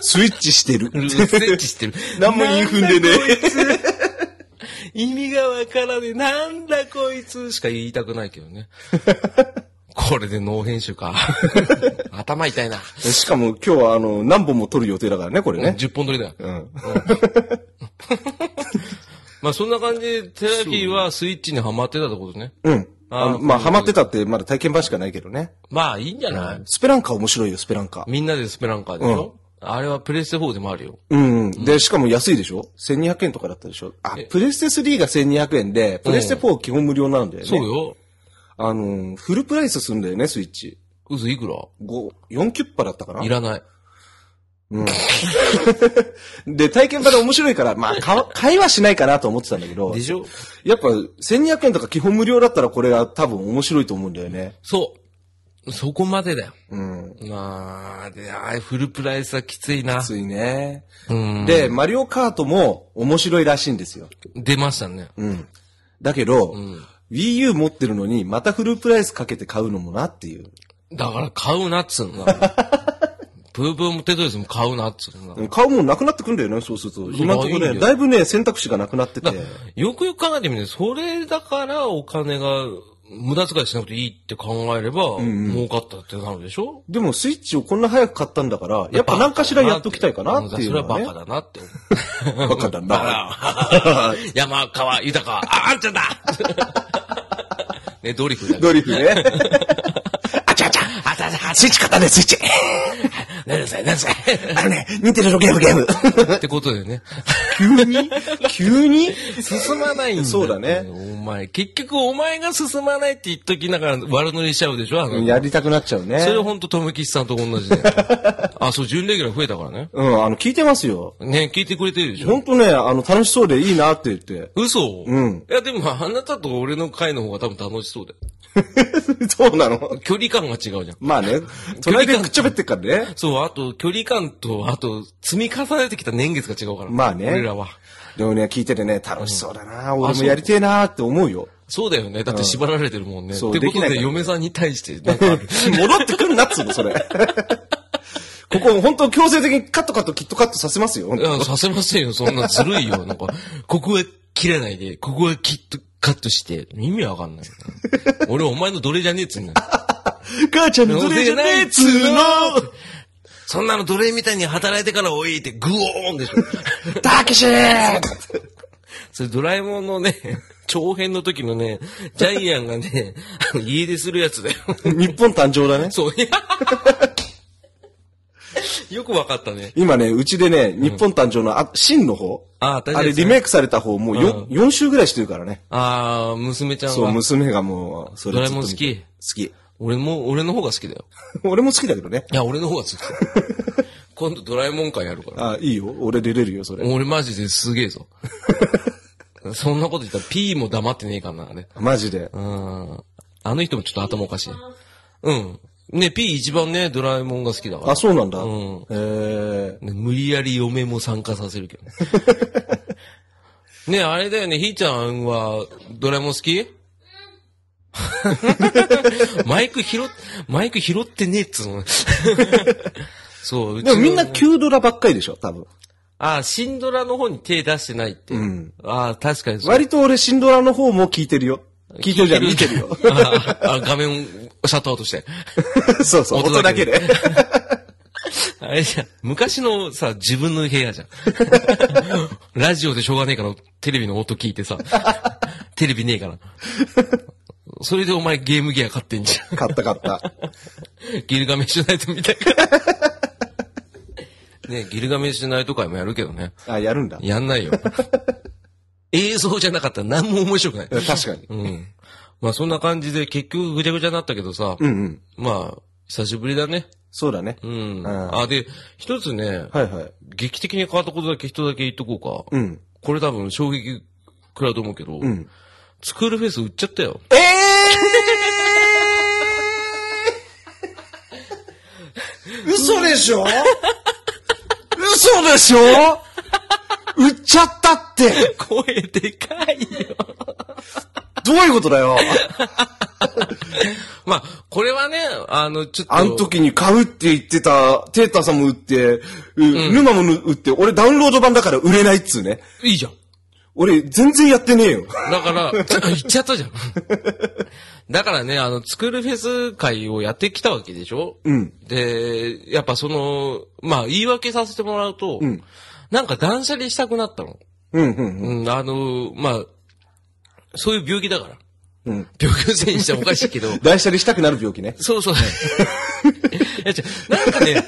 Speaker 2: スイッチしてる。
Speaker 1: ステッチしてる。
Speaker 2: 何も言い踏んでね
Speaker 1: なんだこいつ 意味がわからねえ。なんだこいつしか言いたくないけど ね。これで脳編集か。頭痛いな。
Speaker 2: しかも今日はあの、何本も撮る予定だからね、これね。
Speaker 1: 10本撮りだよ。
Speaker 2: うん。
Speaker 1: まあそんな感じで、テラフィーはスイッチにハマってたってことね。
Speaker 2: うん。
Speaker 1: あー
Speaker 2: あのまあ、ハマってたってまだ体験版しかないけどね。
Speaker 1: まあいいんじゃない
Speaker 2: スペランカ面白いよ、スペランカ。
Speaker 1: みんなでスペランカーでしょあれはプレステ4でもあるよ。
Speaker 2: うんうん。で、しかも安いでしょ ?1200 円とかだったでしょあ、プレステ3が1200円で、プレステ4基本無料なんだよね。
Speaker 1: そう。よ。
Speaker 2: あのー、フルプライスするんだよね、スイッチ。
Speaker 1: うずいくら
Speaker 2: 5、4キュッパだったかない
Speaker 1: らない。
Speaker 2: で、体験版で面白いから、まあ、か 会話しないかなと思ってたんだけど
Speaker 1: で、しょ
Speaker 2: やっぱ1200円とか基本無料だったらこれが多分面白いと思うんだよね。
Speaker 1: そう。そこまでだよ。
Speaker 2: うん。
Speaker 1: まあ、で、あれフルプライスはきついな。
Speaker 2: ついね。
Speaker 1: うん。
Speaker 2: で、マリオカートも面白いらしいんですよ。
Speaker 1: 出ましたね。
Speaker 2: うん。だけど、Wii U 持ってるのにまたフルプライスかけて買うのもなっていう。
Speaker 1: だから買うなっつ うの。プープーもテトリスも買うなっつうの。
Speaker 2: 買うもんなくなってくんだよね、そうすると。今のとこ
Speaker 1: いいんだ
Speaker 2: ろ
Speaker 1: よ
Speaker 2: ね、だいぶね、選択肢がなくなってて。
Speaker 1: よくよく考えてみて、それだからお金が無駄遣いしなくていいって考えれば、儲かったってなるでしょ
Speaker 2: でもスイッチをこんな早く買ったんだから、やっぱ何かしらやっときたいかなっていう
Speaker 1: それ
Speaker 2: の
Speaker 1: はバ
Speaker 2: はね
Speaker 1: カ。だなって思う。
Speaker 2: バカだな。
Speaker 1: 山川豊か、あ、あんちゃんだね、ドリフだよ。
Speaker 2: ドリフ ね。
Speaker 1: あちゃあちゃあちゃあちゃ
Speaker 2: スイッチ買ったね、スイッチ。
Speaker 1: 何歳何歳
Speaker 2: あのね、似てるのゲームゲーム。
Speaker 1: ってことでね。
Speaker 2: 急に急に
Speaker 1: 進まないんだよ
Speaker 2: そうだね
Speaker 1: お前、結局お前が進まないって言っときながら悪乗りしちゃうでしょあの、
Speaker 2: やりたくなっちゃうね。
Speaker 1: それほんと、とめきちさんと同じで。 あ、そう、準レギュラー増えたからね。
Speaker 2: うん、あの、聞いてますよ。
Speaker 1: ね、聞いてくれてるでしょ
Speaker 2: ほんとね、あの、楽しそうでいいなって言って。
Speaker 1: 嘘
Speaker 2: うん
Speaker 1: いや、でも、あなたと俺の会の方が多分楽しそうだよ。
Speaker 2: そうなの
Speaker 1: 距離感が違うじゃん。
Speaker 2: まあね、隣でくっちゃべってっからね。
Speaker 1: そう、あと、距離感と、あと、積み重ねてきた年月が違うから。
Speaker 2: まあね
Speaker 1: 俺らは。
Speaker 2: でもね、聞いててね、楽しそうだな、俺もやりてえなって思うよ。
Speaker 1: そうだよね。だって縛られてるもんね。
Speaker 2: そう
Speaker 1: ってこと
Speaker 2: できないか
Speaker 1: で、
Speaker 2: ら
Speaker 1: 嫁さんに対して、なんかある
Speaker 2: 戻ってくるなっつうの、それ。 ここ、本当強制的にカットカットキットカットさせますよ、ほん
Speaker 1: い
Speaker 2: と
Speaker 1: や、させませんよ。そんなずるいよ。なんか、ここは切らないで、ここはきっとカットして。意味わかんないよな。俺、お前の奴隷じゃねえっつうんだよ。
Speaker 2: 母ちゃんの奴隷じゃねえっつーの
Speaker 1: そんなの奴隷みたいに働いてからおいって、グオーンでしょ。
Speaker 2: たけしー
Speaker 1: それドラえもんのね、長編の時のね、ジャイアンがね、あの家出するやつだよ。
Speaker 2: 日本誕生だね。
Speaker 1: そう、いやよくわかったね。
Speaker 2: 今ね、うちでね、日本誕生の、あ、真の方
Speaker 1: あ大丈夫
Speaker 2: あれ
Speaker 1: ですね
Speaker 2: リメイクされた方、もうよ
Speaker 1: うん
Speaker 2: 4週ぐらいしてるからね。
Speaker 1: ああ、娘ちゃんは。
Speaker 2: そう、娘がもう、それずっと見て
Speaker 1: ドラえもん好
Speaker 2: 好き。
Speaker 1: 俺も、俺の方が好きだよ。
Speaker 2: 俺も好き だけどね。
Speaker 1: いや、俺の方が好きだよ。今度ドラえもん会やるから。
Speaker 2: あ、いいよ。俺出れるよ、それ。
Speaker 1: 俺マジですげえぞ。 そんなこと言ったら P も黙ってねえかな、あれ。
Speaker 2: マジで。
Speaker 1: うん。あの人もちょっと頭おかしい。うん。ね、P 一番ね、ドラえもんが好きだから
Speaker 2: あ、。そうなんだ。
Speaker 1: ん
Speaker 2: えー
Speaker 1: ね無理やり嫁も参加させるけど ね。ねあれだよね、ひーちゃんは、ドラえもん好き マイク拾っ、マイク拾ってねえっつ うの。そう、うち
Speaker 2: で
Speaker 1: の
Speaker 2: もみんな旧ドラばっかりでしょ、多分。
Speaker 1: あシンドラの方に手出してないって。
Speaker 2: うん
Speaker 1: あ確かにそう。
Speaker 2: 割と俺、シンドラの方も聞いてるよ。聞いてるじゃん、見て るよ。
Speaker 1: あ あ、画面をシャットアウトして。
Speaker 2: そうそう、音
Speaker 1: 音
Speaker 2: だ
Speaker 1: だ
Speaker 2: け
Speaker 1: け
Speaker 2: で。
Speaker 1: あれじゃん、昔のさ、自分の部屋じゃん。 ラジオでしょうがねえから、テレビの音聞いてさ、 テレビねえから。それでお前ゲームギア買ってんじゃ
Speaker 2: 買った買った。
Speaker 1: ん。ギルガメッシュナイトみたいから。ねえギルガメッシュナイト会もやるけどね。
Speaker 2: あ、やるんだ。
Speaker 1: やんないよ。映像じゃなかったら何も面白くない。
Speaker 2: 確かに。
Speaker 1: うん。まあそんな感じで結局ぐちゃぐちゃになったけどさ、
Speaker 2: うんうん。
Speaker 1: まあ、久しぶりだね。
Speaker 2: そうだね。
Speaker 1: うん。
Speaker 2: ん
Speaker 1: あ、で、一つね、
Speaker 2: はいはい。
Speaker 1: 劇的に変わったことだけ人だけ言っとこうか。
Speaker 2: うん。
Speaker 1: これ多分衝撃くらいと思うけど、
Speaker 2: うん。
Speaker 1: スクールフェス売っちゃったよ。
Speaker 2: えー嘘でしょ嘘でしょ売っちゃったって
Speaker 1: 声でかいよ。
Speaker 2: どういうことだよ
Speaker 1: まあ、これはね、あの、ちょっと。
Speaker 2: あの時に買うって言ってた、テータさんも売って、う沼も売って、俺ダウンロード版だから売れないっつうね。
Speaker 1: いいじゃん。
Speaker 2: 俺全然やってねえよ。
Speaker 1: だから、言っちゃったじゃん。 だからね、あの、スクールフェス会をやってきたわけでしょ
Speaker 2: うん。
Speaker 1: で、やっぱその、まあ、言い訳させてもらうと、
Speaker 2: ん
Speaker 1: なんか断捨離したくなったの。
Speaker 2: うんうんうん。
Speaker 1: うん、あの、まあ、そういう病気だから。
Speaker 2: うん
Speaker 1: 病気のせいにしておかしいけど、
Speaker 2: 大車にしたくなる病気ね。
Speaker 1: そう そう。いや、違うなんかね、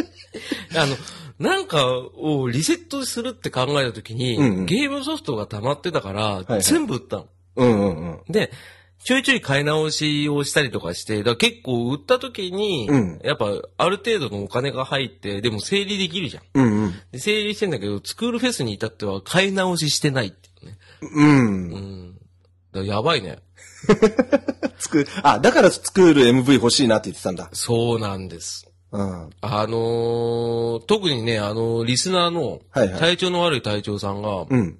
Speaker 1: あの、なんかをリセットするって考えたときに、
Speaker 2: うんうん
Speaker 1: ゲームソフトが溜まってたから、
Speaker 2: はい
Speaker 1: 全部売ったの。
Speaker 2: うんうんうん。
Speaker 1: で、ちょいちょい買い直しをしたりとかして、だから結構売った時に、
Speaker 2: うん
Speaker 1: やっぱある程度のお金が入って、でも整理できるじゃん。
Speaker 2: うんうん。
Speaker 1: で整理してんだけど、スクールフェスに至っては買い直ししてないっていうね。
Speaker 2: うん。
Speaker 1: うん。だからやばいね。
Speaker 2: つく、あ、だからスクール MV 欲しいなって言ってたんだ。
Speaker 1: そうなんです。
Speaker 2: うん。
Speaker 1: あのー特にね、あのリスナーの、
Speaker 2: はいはい
Speaker 1: 体調の悪い隊長さんが、
Speaker 2: うん。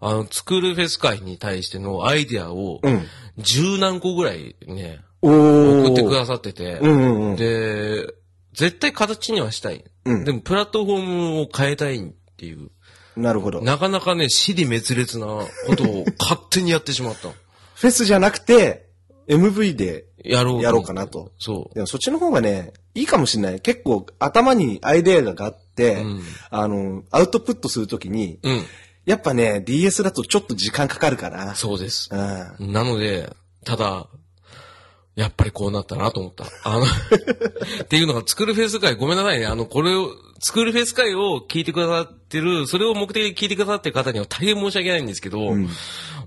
Speaker 1: あの、スクールフェス会に対してのアイディアを、
Speaker 2: うん。
Speaker 1: 十何個ぐらいね、
Speaker 2: おー。
Speaker 1: 送ってくださってて、
Speaker 2: うんうんうん。
Speaker 1: で、絶対形にはしたい。
Speaker 2: うん
Speaker 1: でも、プラットフォームを変えたいっていう、
Speaker 2: なるほど。
Speaker 1: なかなかね、死に滅裂なことを勝手にやってしまった。
Speaker 2: フェスじゃなくて、MV で
Speaker 1: やろうと
Speaker 2: やろうかなと。
Speaker 1: そう。
Speaker 2: でもそっちの方がね、いいかもしれない。結構頭にアイデアがあって、
Speaker 1: うん
Speaker 2: あの、アウトプットするときに、
Speaker 1: うん。
Speaker 2: やっぱね、DS だとちょっと時間かかるから。
Speaker 1: そうです。
Speaker 2: うん。
Speaker 1: なので、ただ、やっぱりこうなったなと思った。あの、 っていうのが、作るフェス会、ごめんなさいね。あの、これを、作るフェス会を聞いてくださってる、それを目的に聞いてくださってる方には大変申し訳ないんですけど、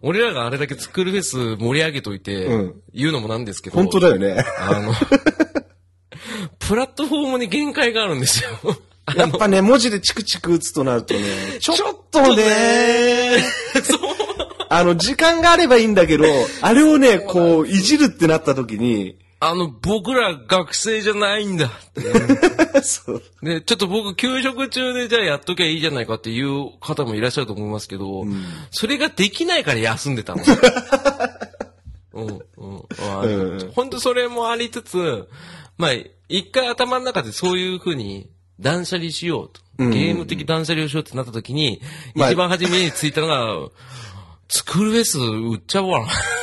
Speaker 1: 俺らがあれだけ作るフェス盛り上げといて、
Speaker 2: うん
Speaker 1: 言うのもなんですけど、
Speaker 2: 本当だよね。
Speaker 1: あ の、プラットフォームに限界があるんですよ。 あ
Speaker 2: やっ
Speaker 1: の
Speaker 2: ぱね、文字でチクチク打つとなるとね、ちょっとね、あの、時間があればいいんだけど、あれをね、こう、いじるってなった時に、
Speaker 1: あの、僕ら学生じゃないんだ。
Speaker 2: そう。
Speaker 1: で、ちょっと僕、休職中でじゃあやっときゃいいじゃないかっていう方もいらっしゃると思いますけど、それができないから休んで たの。うん、うんあ
Speaker 2: うんうん
Speaker 1: の。本当それもありつつ、まあ、一回頭の中でそういうふうに断捨離しようと。ゲーム的断捨離をしようってなった時に、
Speaker 2: まあ
Speaker 1: 一番初めについたのが、スクールフェス売っちゃおうか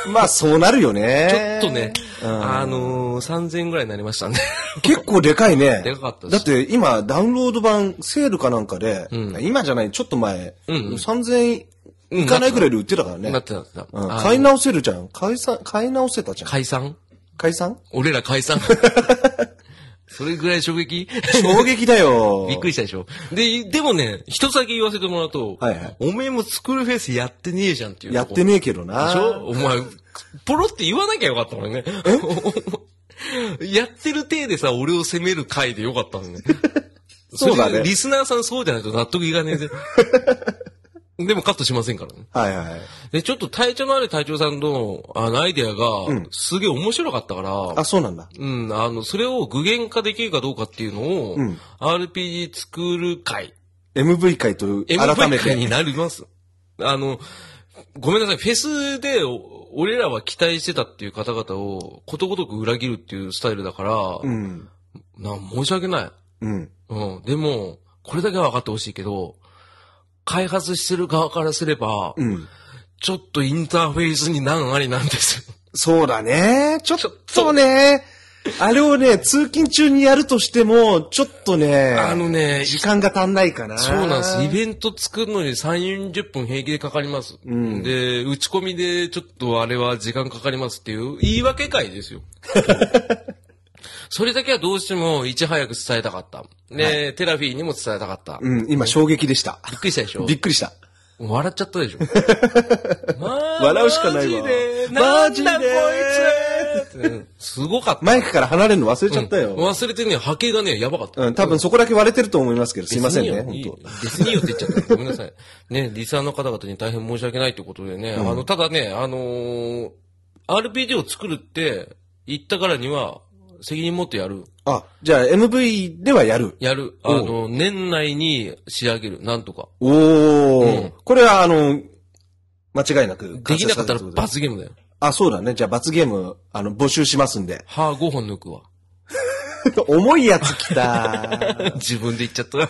Speaker 1: な。
Speaker 2: まあ、そうなるよ
Speaker 1: ちょ
Speaker 2: ね
Speaker 1: っ。とね、
Speaker 2: うん
Speaker 1: あのー、3000円ぐらいになりましたね。
Speaker 2: 結構でかいね。
Speaker 1: でかかったです
Speaker 2: だって今、ダウンロード版、セールかなんかで、
Speaker 1: ん
Speaker 2: 今じゃない、ちょっと前、
Speaker 1: うんうん
Speaker 2: 3000円いかないぐらいで売ってたから ね。
Speaker 1: なってなってた。
Speaker 2: うん
Speaker 1: あの
Speaker 2: 買い直せるじゃん。買いさ、買い直せたじゃん。
Speaker 1: 解散
Speaker 2: 解散
Speaker 1: 俺ら解散。 それぐらい衝 撃
Speaker 2: 衝撃だよ。
Speaker 1: びっくりしたでしょ。で、でもね、一つだけ言わせてもらうと、
Speaker 2: はいはい
Speaker 1: おめえもスクールフェイスやってねえじゃんっていう。
Speaker 2: やってねえけどな。
Speaker 1: でしょお前、ポロって言わなきゃよかったのにね。 やってる体でさ、俺を責める回でよかったのね。
Speaker 2: そうだね
Speaker 1: れリスナーさんそうじゃないと納得いかねえ ぜ。でもカットしませんからね。
Speaker 2: はいはい。
Speaker 1: で、ちょっと隊長のある隊長さんのあのアイデアが、すげえ面白かったから、
Speaker 2: あ、そうなんだ。
Speaker 1: うん、あの、それを具現化できるかどうかっていうのを、
Speaker 2: ん
Speaker 1: RPG スクール会、
Speaker 2: MV 会という改め
Speaker 1: MV 会
Speaker 2: て。
Speaker 1: になります。あの、ごめんなさい、フェスでお俺らは期待してたっていう方々をことごとく裏切るっていうスタイルだから、
Speaker 2: うん。
Speaker 1: な申し訳ない。
Speaker 2: うん。
Speaker 1: うん、でも、これだけは分かってほしいけど、開発してる側からすれば、
Speaker 2: うん。
Speaker 1: ちょっとインターフェースに難ありなんです。
Speaker 2: そうだね。ちょっ
Speaker 1: ちょっ
Speaker 2: と
Speaker 1: と
Speaker 2: ね。あれをね、通勤中にやるとしても、ちょっとね、
Speaker 1: あのね、
Speaker 2: 時間が足んないかな。
Speaker 1: そうなんです。イベント作るのに3、40分平気でかかります。
Speaker 2: うん
Speaker 1: で、打ち込みでちょっとあれは時間かかりますっていう言い訳会ですよ。 それだけはどうしてもいち早く伝えたかった。で、テラフィーにも伝えたかった。
Speaker 2: うん、今衝撃でした。
Speaker 1: びっくりしたでしょ
Speaker 2: びっくりした。
Speaker 1: 笑っちゃったで しょ、まあ
Speaker 2: 笑うしかないわ
Speaker 1: マジでな
Speaker 2: マ
Speaker 1: ん
Speaker 2: ジで
Speaker 1: だこいつってうんすごかった。
Speaker 2: マイクから離れるの忘れちゃったよ。
Speaker 1: 忘れてね、波形がね、やばかった。
Speaker 2: うん、多分そこだけ割れてると思いますけど、すいませんね、
Speaker 1: 別に
Speaker 2: 本
Speaker 1: いいよ
Speaker 2: 当。
Speaker 1: 別にいいよって言っちゃった。ごめんなさい。ね、リスナーの方々に大変申し訳ないってことでね。あの、ただね、あのー RPG を作るって言ったからには、責任持ってやる。
Speaker 2: あ、じゃあ MV ではやる。
Speaker 1: やる。あの、年内に仕上げる。なんとか。
Speaker 2: おー。これはあの、間違いなく
Speaker 1: で
Speaker 2: 完
Speaker 1: き
Speaker 2: 成
Speaker 1: なか
Speaker 2: され
Speaker 1: ったら
Speaker 2: てるてことで。
Speaker 1: 罰ゲームだよ。
Speaker 2: あ、そうだね。じゃあ罰ゲーム、あの、募集しますんで。
Speaker 1: 歯5本抜くわ。
Speaker 2: 重いやつ 来た。
Speaker 1: 自分で言っちゃった。ど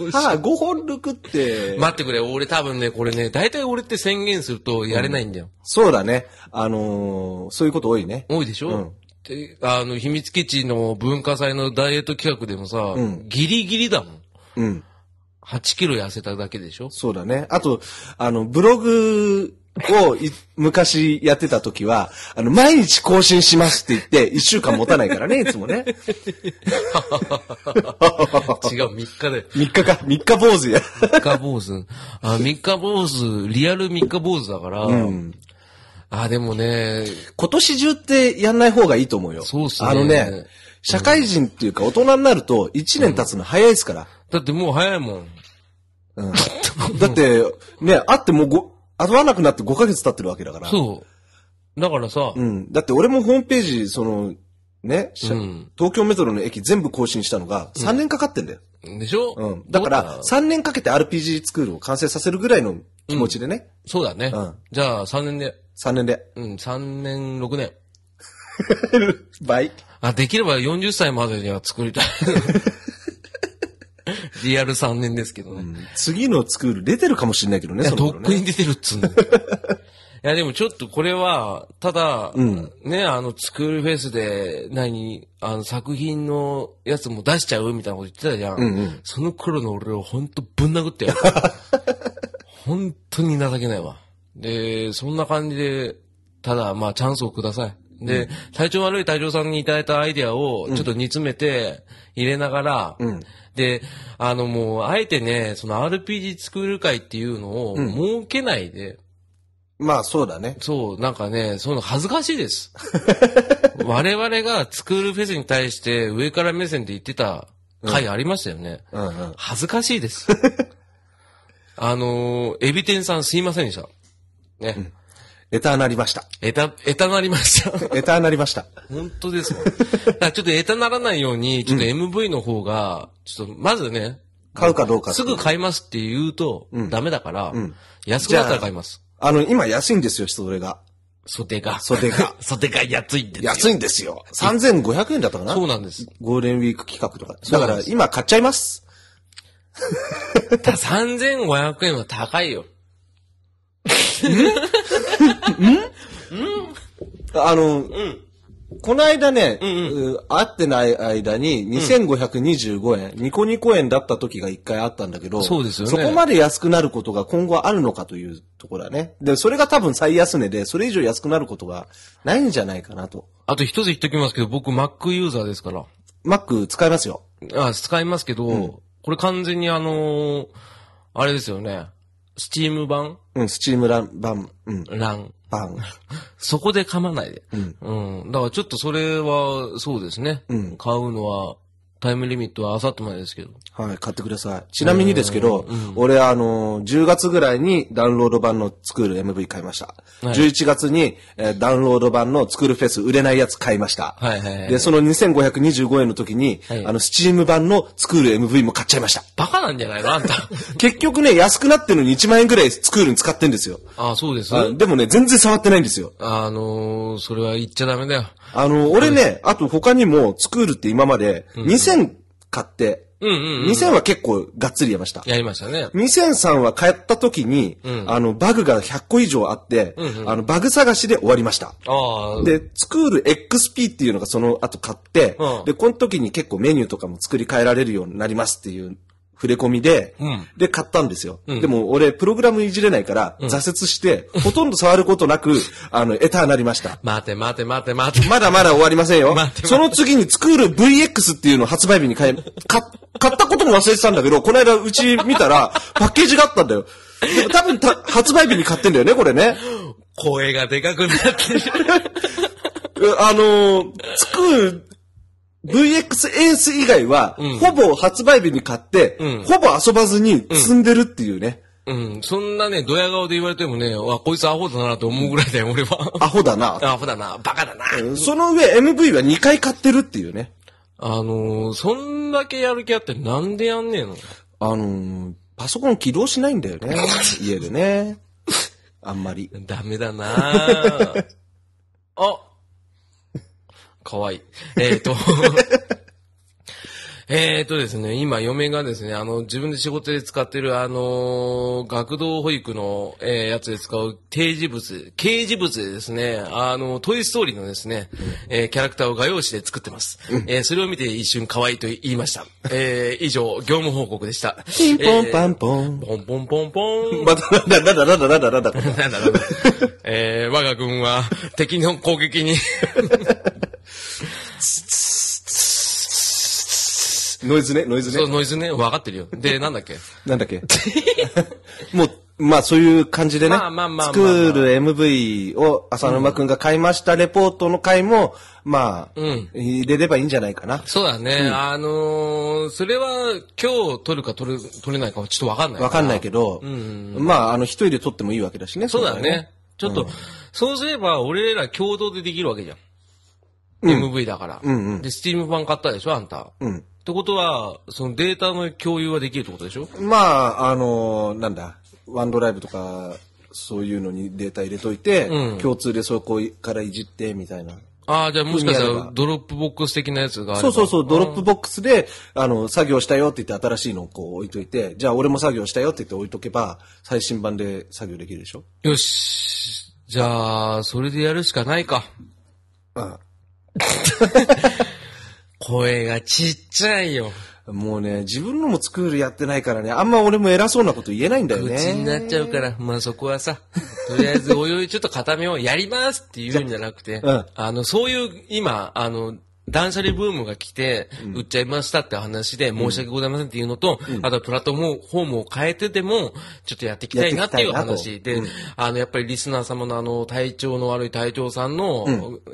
Speaker 1: うしよう
Speaker 2: 歯5本抜くって。
Speaker 1: 待ってくれ。俺多分ね、これね、大体俺って宣言するとやれないんだよ。
Speaker 2: そうだね。あのーそういうこと多いね。
Speaker 1: 多いでしょ、
Speaker 2: うん
Speaker 1: であの、秘密基地の文化祭のダイエット企画でもさ、
Speaker 2: ん
Speaker 1: ギリギリだもん。
Speaker 2: うん。
Speaker 1: 8キロ痩せただけでしょ
Speaker 2: そうだね。あと、あの、ブログをい昔やってた時は、あの、毎日更新しますって言って、1週間持たないからね、いつもね。
Speaker 1: 違う、3日で。
Speaker 2: 3日か、3日坊主や。
Speaker 1: 3日坊 主。あ、3日坊主、リアル3日坊主だから。あ、でもね、
Speaker 2: 今年中ってやんない方がいいと思うよ。
Speaker 1: そうっすね
Speaker 2: あのね、社会人っていうか大人になると1年経つの早いですから。
Speaker 1: だってもう早いもん。
Speaker 2: だって、ね、会ってもうご、会わなくなって5ヶ月経ってるわけだから。
Speaker 1: そう。だからさ、
Speaker 2: うん。だって俺もホームページ、その、ね、しゃ
Speaker 1: うん
Speaker 2: 東京メトロの駅全部更新したのが3年かかってんだよ。
Speaker 1: でしょ
Speaker 2: うん。だから、3年かけて RPG スクールを完成させるぐらいの気持ちでね。
Speaker 1: そうだね。
Speaker 2: うん
Speaker 1: じゃあ3年で、
Speaker 2: 3年で。
Speaker 1: うん、3年、6年。
Speaker 2: 倍。
Speaker 1: あ、できれば40歳までには作り たい。リアル3年ですけどね。
Speaker 2: 次のスクール出てるかもしれないけどね、
Speaker 1: いや、
Speaker 2: その
Speaker 1: と
Speaker 2: 頃
Speaker 1: っく
Speaker 2: ね。
Speaker 1: に出てるっつうの。 いや、でもちょっとこれは、ただ、ね、あの、スクールフェスで、何、あの、作品のやつも出しちゃうみたいなこと言ってたじゃん。その頃の俺をほんとぶん殴って やる。本当に情けないわ。で、そんな感じで、ただ、まあ、チャンスをください。で、体調悪い隊長さんにいただいたアイデアを、ちょっと煮詰めて、入れながら、で、あの、もう、あえてね、その RPG スクール会っていうのを、設けないで、
Speaker 2: まあ、そうだね。
Speaker 1: そう、なんかね、その恥ずかしいです。我々がスクールフェスに対して、上から目線で言ってた回ありましたよね。
Speaker 2: うんうん。
Speaker 1: 恥ずかしいです。あのーエビ天さんすいませんでした。ね。
Speaker 2: エターなりました。
Speaker 1: えた、えたなりました。
Speaker 2: エターなりました。
Speaker 1: 本当ですもん。だからちょっとえたならないように、ちょっと MV の方が、ちょっとまずね、
Speaker 2: 買うかどうかってい
Speaker 1: す
Speaker 2: う
Speaker 1: ぐ買いますって言うと、ダメだから、安くなったら買います。
Speaker 2: あの、今安いんですよ、それが。
Speaker 1: 袖が。
Speaker 2: 袖が。
Speaker 1: 袖が 安いんですよ。
Speaker 2: 安いんですよ。3500円だったかな
Speaker 1: そうなんです。
Speaker 2: ゴールデンウィーク企画とか。
Speaker 1: そ
Speaker 2: だ
Speaker 1: うな
Speaker 2: か
Speaker 1: ん
Speaker 2: ら
Speaker 1: です
Speaker 2: 今買っちゃいます。
Speaker 1: ただ3500円は高いよ。
Speaker 2: あ
Speaker 1: う
Speaker 2: の、
Speaker 1: ん。
Speaker 2: この間ね、
Speaker 1: ん
Speaker 2: う会ってない間に2525円、ニコニコ円だった時が一回あったんだけど、
Speaker 1: そうですよね
Speaker 2: そこまで安くなることが今後あるのかというところだね。で、それが多分最安値で、それ以上安くなることがないんじゃないかなと。
Speaker 1: あと一つ言っときますけど、僕 Mac ユーザーですから。
Speaker 2: Mac 使えますよ。
Speaker 1: あ使いますけど、これ完全にあのーあれですよね。スチーム版
Speaker 2: うん、Steam ラン版、うん、
Speaker 1: 欄。
Speaker 2: 版。
Speaker 1: そこで噛まないで。うん。だからちょっとそれは、そうですね。
Speaker 2: うん
Speaker 1: 買うのは、タイムリミットはあさってまでですけど。
Speaker 2: はい、買ってください。ちなみにですけど、俺あの、10月ぐらいにダウンロード版の作る MV 買いました。
Speaker 1: はい
Speaker 2: 11月に、えーダウンロード版の作るフェス売れないやつ買いました。
Speaker 1: はいはいはい
Speaker 2: で、その2525円の時に、
Speaker 1: はい
Speaker 2: あの、スチーム版の作る MV も買っちゃいました。
Speaker 1: バカなんじゃないのあんた。
Speaker 2: 結局ね、安くなってるのに1万円ぐらいスクールに使ってんですよ。
Speaker 1: あ、そうです。
Speaker 2: あでもね、全然触ってないんですよ。
Speaker 1: あのーそれは言っちゃダメだよ。
Speaker 2: あの、俺ね、あと他にも、スクールって今まで、2000買って、
Speaker 1: うんうん、うん。
Speaker 2: 2000は結構がっつりやりました。
Speaker 1: やりましたね。
Speaker 2: 2003は買った時に、あの、バグが100個以上あって、あの、バグ探しで終わりました。
Speaker 1: ああ、
Speaker 2: で、スクール XP っていうのがその後買って、
Speaker 1: うん
Speaker 2: で、この時に結構メニューとかも作り変えられるようになりますっていう触れ込みで、
Speaker 1: ん
Speaker 2: で、買ったんですよ。でも、俺、プログラムいじれないから、挫折して、ほとんど触ることなく、あの、エターになりました。
Speaker 1: 待て待て待て待て。
Speaker 2: まだまだ終わりません よ
Speaker 1: 待って待っ。て
Speaker 2: その次にスクール VX っていうのを発売日に買い、か買ったことも忘れてたんだけど、この間うち見 たら、パッケージがあったんだよ。でも多分た発売日に買ってんだよね、これね。
Speaker 1: 声がでかくなってる。
Speaker 2: うあのー、スクール VX エース以外は、ほぼ発売日に買って、ほぼ遊ばずに積んでるっていうね、
Speaker 1: うん、そんなね、ドヤ顔で言われてもね、わ、こいつアホだなと思うぐらいだよ、俺は。
Speaker 2: アホだな。
Speaker 1: アホだな、バカだな。
Speaker 2: その上 MV は2回買ってるっていうね。
Speaker 1: あのーそんだけやる気あってなんでやんねえの
Speaker 2: あのー、パソコン起動しないんだよ ね。家でね。あんまり。
Speaker 1: ダメ だなあかわいい。えっ、と。 えっとですね、今、嫁がですね、あの、自分で仕事で使ってる、あのー学童保育の、えーやつで使う定時物、掲示物でですね、あの、トイストーリーのですね、えーキャラクターを画用紙で作ってます。えーそれを見て一瞬可愛いと言いました。えー以上、業務報告でした。
Speaker 2: ピンポンパンポン。
Speaker 1: ポンポンポンポン。
Speaker 2: また、なんだ、なんだ、なんだ、なんだ、なんだ。
Speaker 1: なんだろうな。えー、我が軍は敵の攻撃 に
Speaker 2: ノイズね、ノイズ
Speaker 1: そう
Speaker 2: ね。
Speaker 1: ノイズね、分かってるよ。で、なんだっけ
Speaker 2: なんだっけ。 もう、まあそういう感じでね。
Speaker 1: まあまあまあまあまあ
Speaker 2: スクール MV を浅沼くんが買いました、レポートの回も、まあ、
Speaker 1: うん
Speaker 2: 入れればいいんじゃないかな。
Speaker 1: そうだね。あのー、それは今日撮るか撮る、撮れないかはちょっと分かんない。
Speaker 2: わかんない
Speaker 1: ど。
Speaker 2: けど、まあ、あの、一人で撮ってもいいわけだしね。
Speaker 1: そうだね。ちょっと、そうすれば俺ら共同でできるわけじゃん。MV だから。
Speaker 2: んうん
Speaker 1: で、スティーム版買ったでしょ、あんた。
Speaker 2: ん
Speaker 1: ってことは、そのデータの共有はできるってことでしょ
Speaker 2: それはね。まあ、あの、なんだ、ワンドライブとか、そういうのにデータ入れといて、
Speaker 1: うん
Speaker 2: 共通でそこからいじって、みたいな。
Speaker 1: ああ、じゃあもしかした
Speaker 2: うんやれ
Speaker 1: ら
Speaker 2: ば
Speaker 1: ドロップボックス的なやつがあれば
Speaker 2: そうそうそう、ドロップボックスで、あの、作業したよって言って新しいのをこう置いといて、じゃあ俺も作業したよって言って置いとけば、最新版で作業できるでしょ
Speaker 1: よし。じゃあ、それでやるしかないか。
Speaker 2: あ
Speaker 1: 声がちっちゃいよ。
Speaker 2: あもうね、自分のもスクールやってないからね、あんま俺も偉そうなこと言えないんだよ
Speaker 1: 口にな
Speaker 2: ね。
Speaker 1: っちゃうから、まあそこはさ、とりあえずお湯ちょっと固めをやりますって言うんじゃなくて、
Speaker 2: うん
Speaker 1: あの、そういう、今、あの、断捨離ブームが来て、売っちゃいましたって話で申し訳ございませんっていうのと、あとはプラットフォームを変えてでも、ちょっとやっていきたいなっていう
Speaker 2: やって
Speaker 1: 話
Speaker 2: い
Speaker 1: で、あの、やっぱりリスナー様のあの、体調の悪い隊長さんの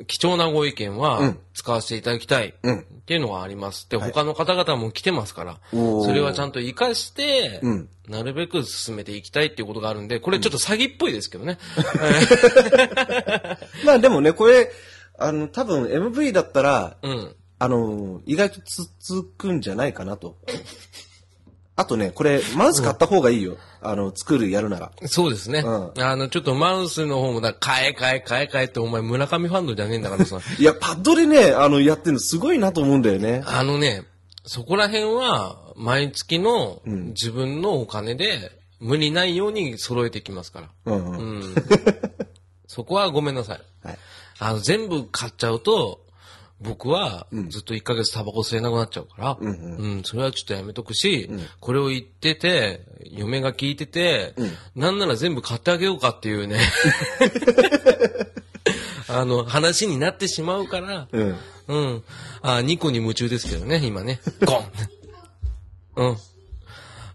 Speaker 1: 貴重なご意見は使わせていただきたいっていうのがあります。で、他の方々も来てますから、
Speaker 2: おー
Speaker 1: それはちゃんと活かして、
Speaker 2: うん
Speaker 1: なるべく進めていきたいっていうことがあるんで、これちょっと詐欺っぽいですけど ね。
Speaker 2: まあでもね、これ、あの、多分 MV だったら、
Speaker 1: うん。
Speaker 2: あの、意外と続くんじゃないかなと。あとね、これ、マウス買った方がいいよ。あの、スクールやるなら。
Speaker 1: そうですね。
Speaker 2: う
Speaker 1: あの、ちょっとマウスの方もだ、買え買え買え買えって、お前村上ファンドじゃねえんだから さ。
Speaker 2: いや、パッドでね、あの、やってるのすごいなと思うんだよね。
Speaker 1: あのね、そこら辺は、毎月の自分のお金で、無理ないように揃えていきますから。
Speaker 2: うんうん。
Speaker 1: うん。そこはごめんなさい。
Speaker 2: はい。
Speaker 1: あの、全部買っちゃうと、僕はずっと1ヶ月タバコ吸えなくなっちゃうから、うん、それはちょっとやめとくし、これを言ってて、嫁が聞いてて、なんなら全部買ってあげようかって いうね、あの、話になってしまうから、
Speaker 2: うん。
Speaker 1: うん。あ、ニコに夢中ですけどね、今ね。ゴン うん。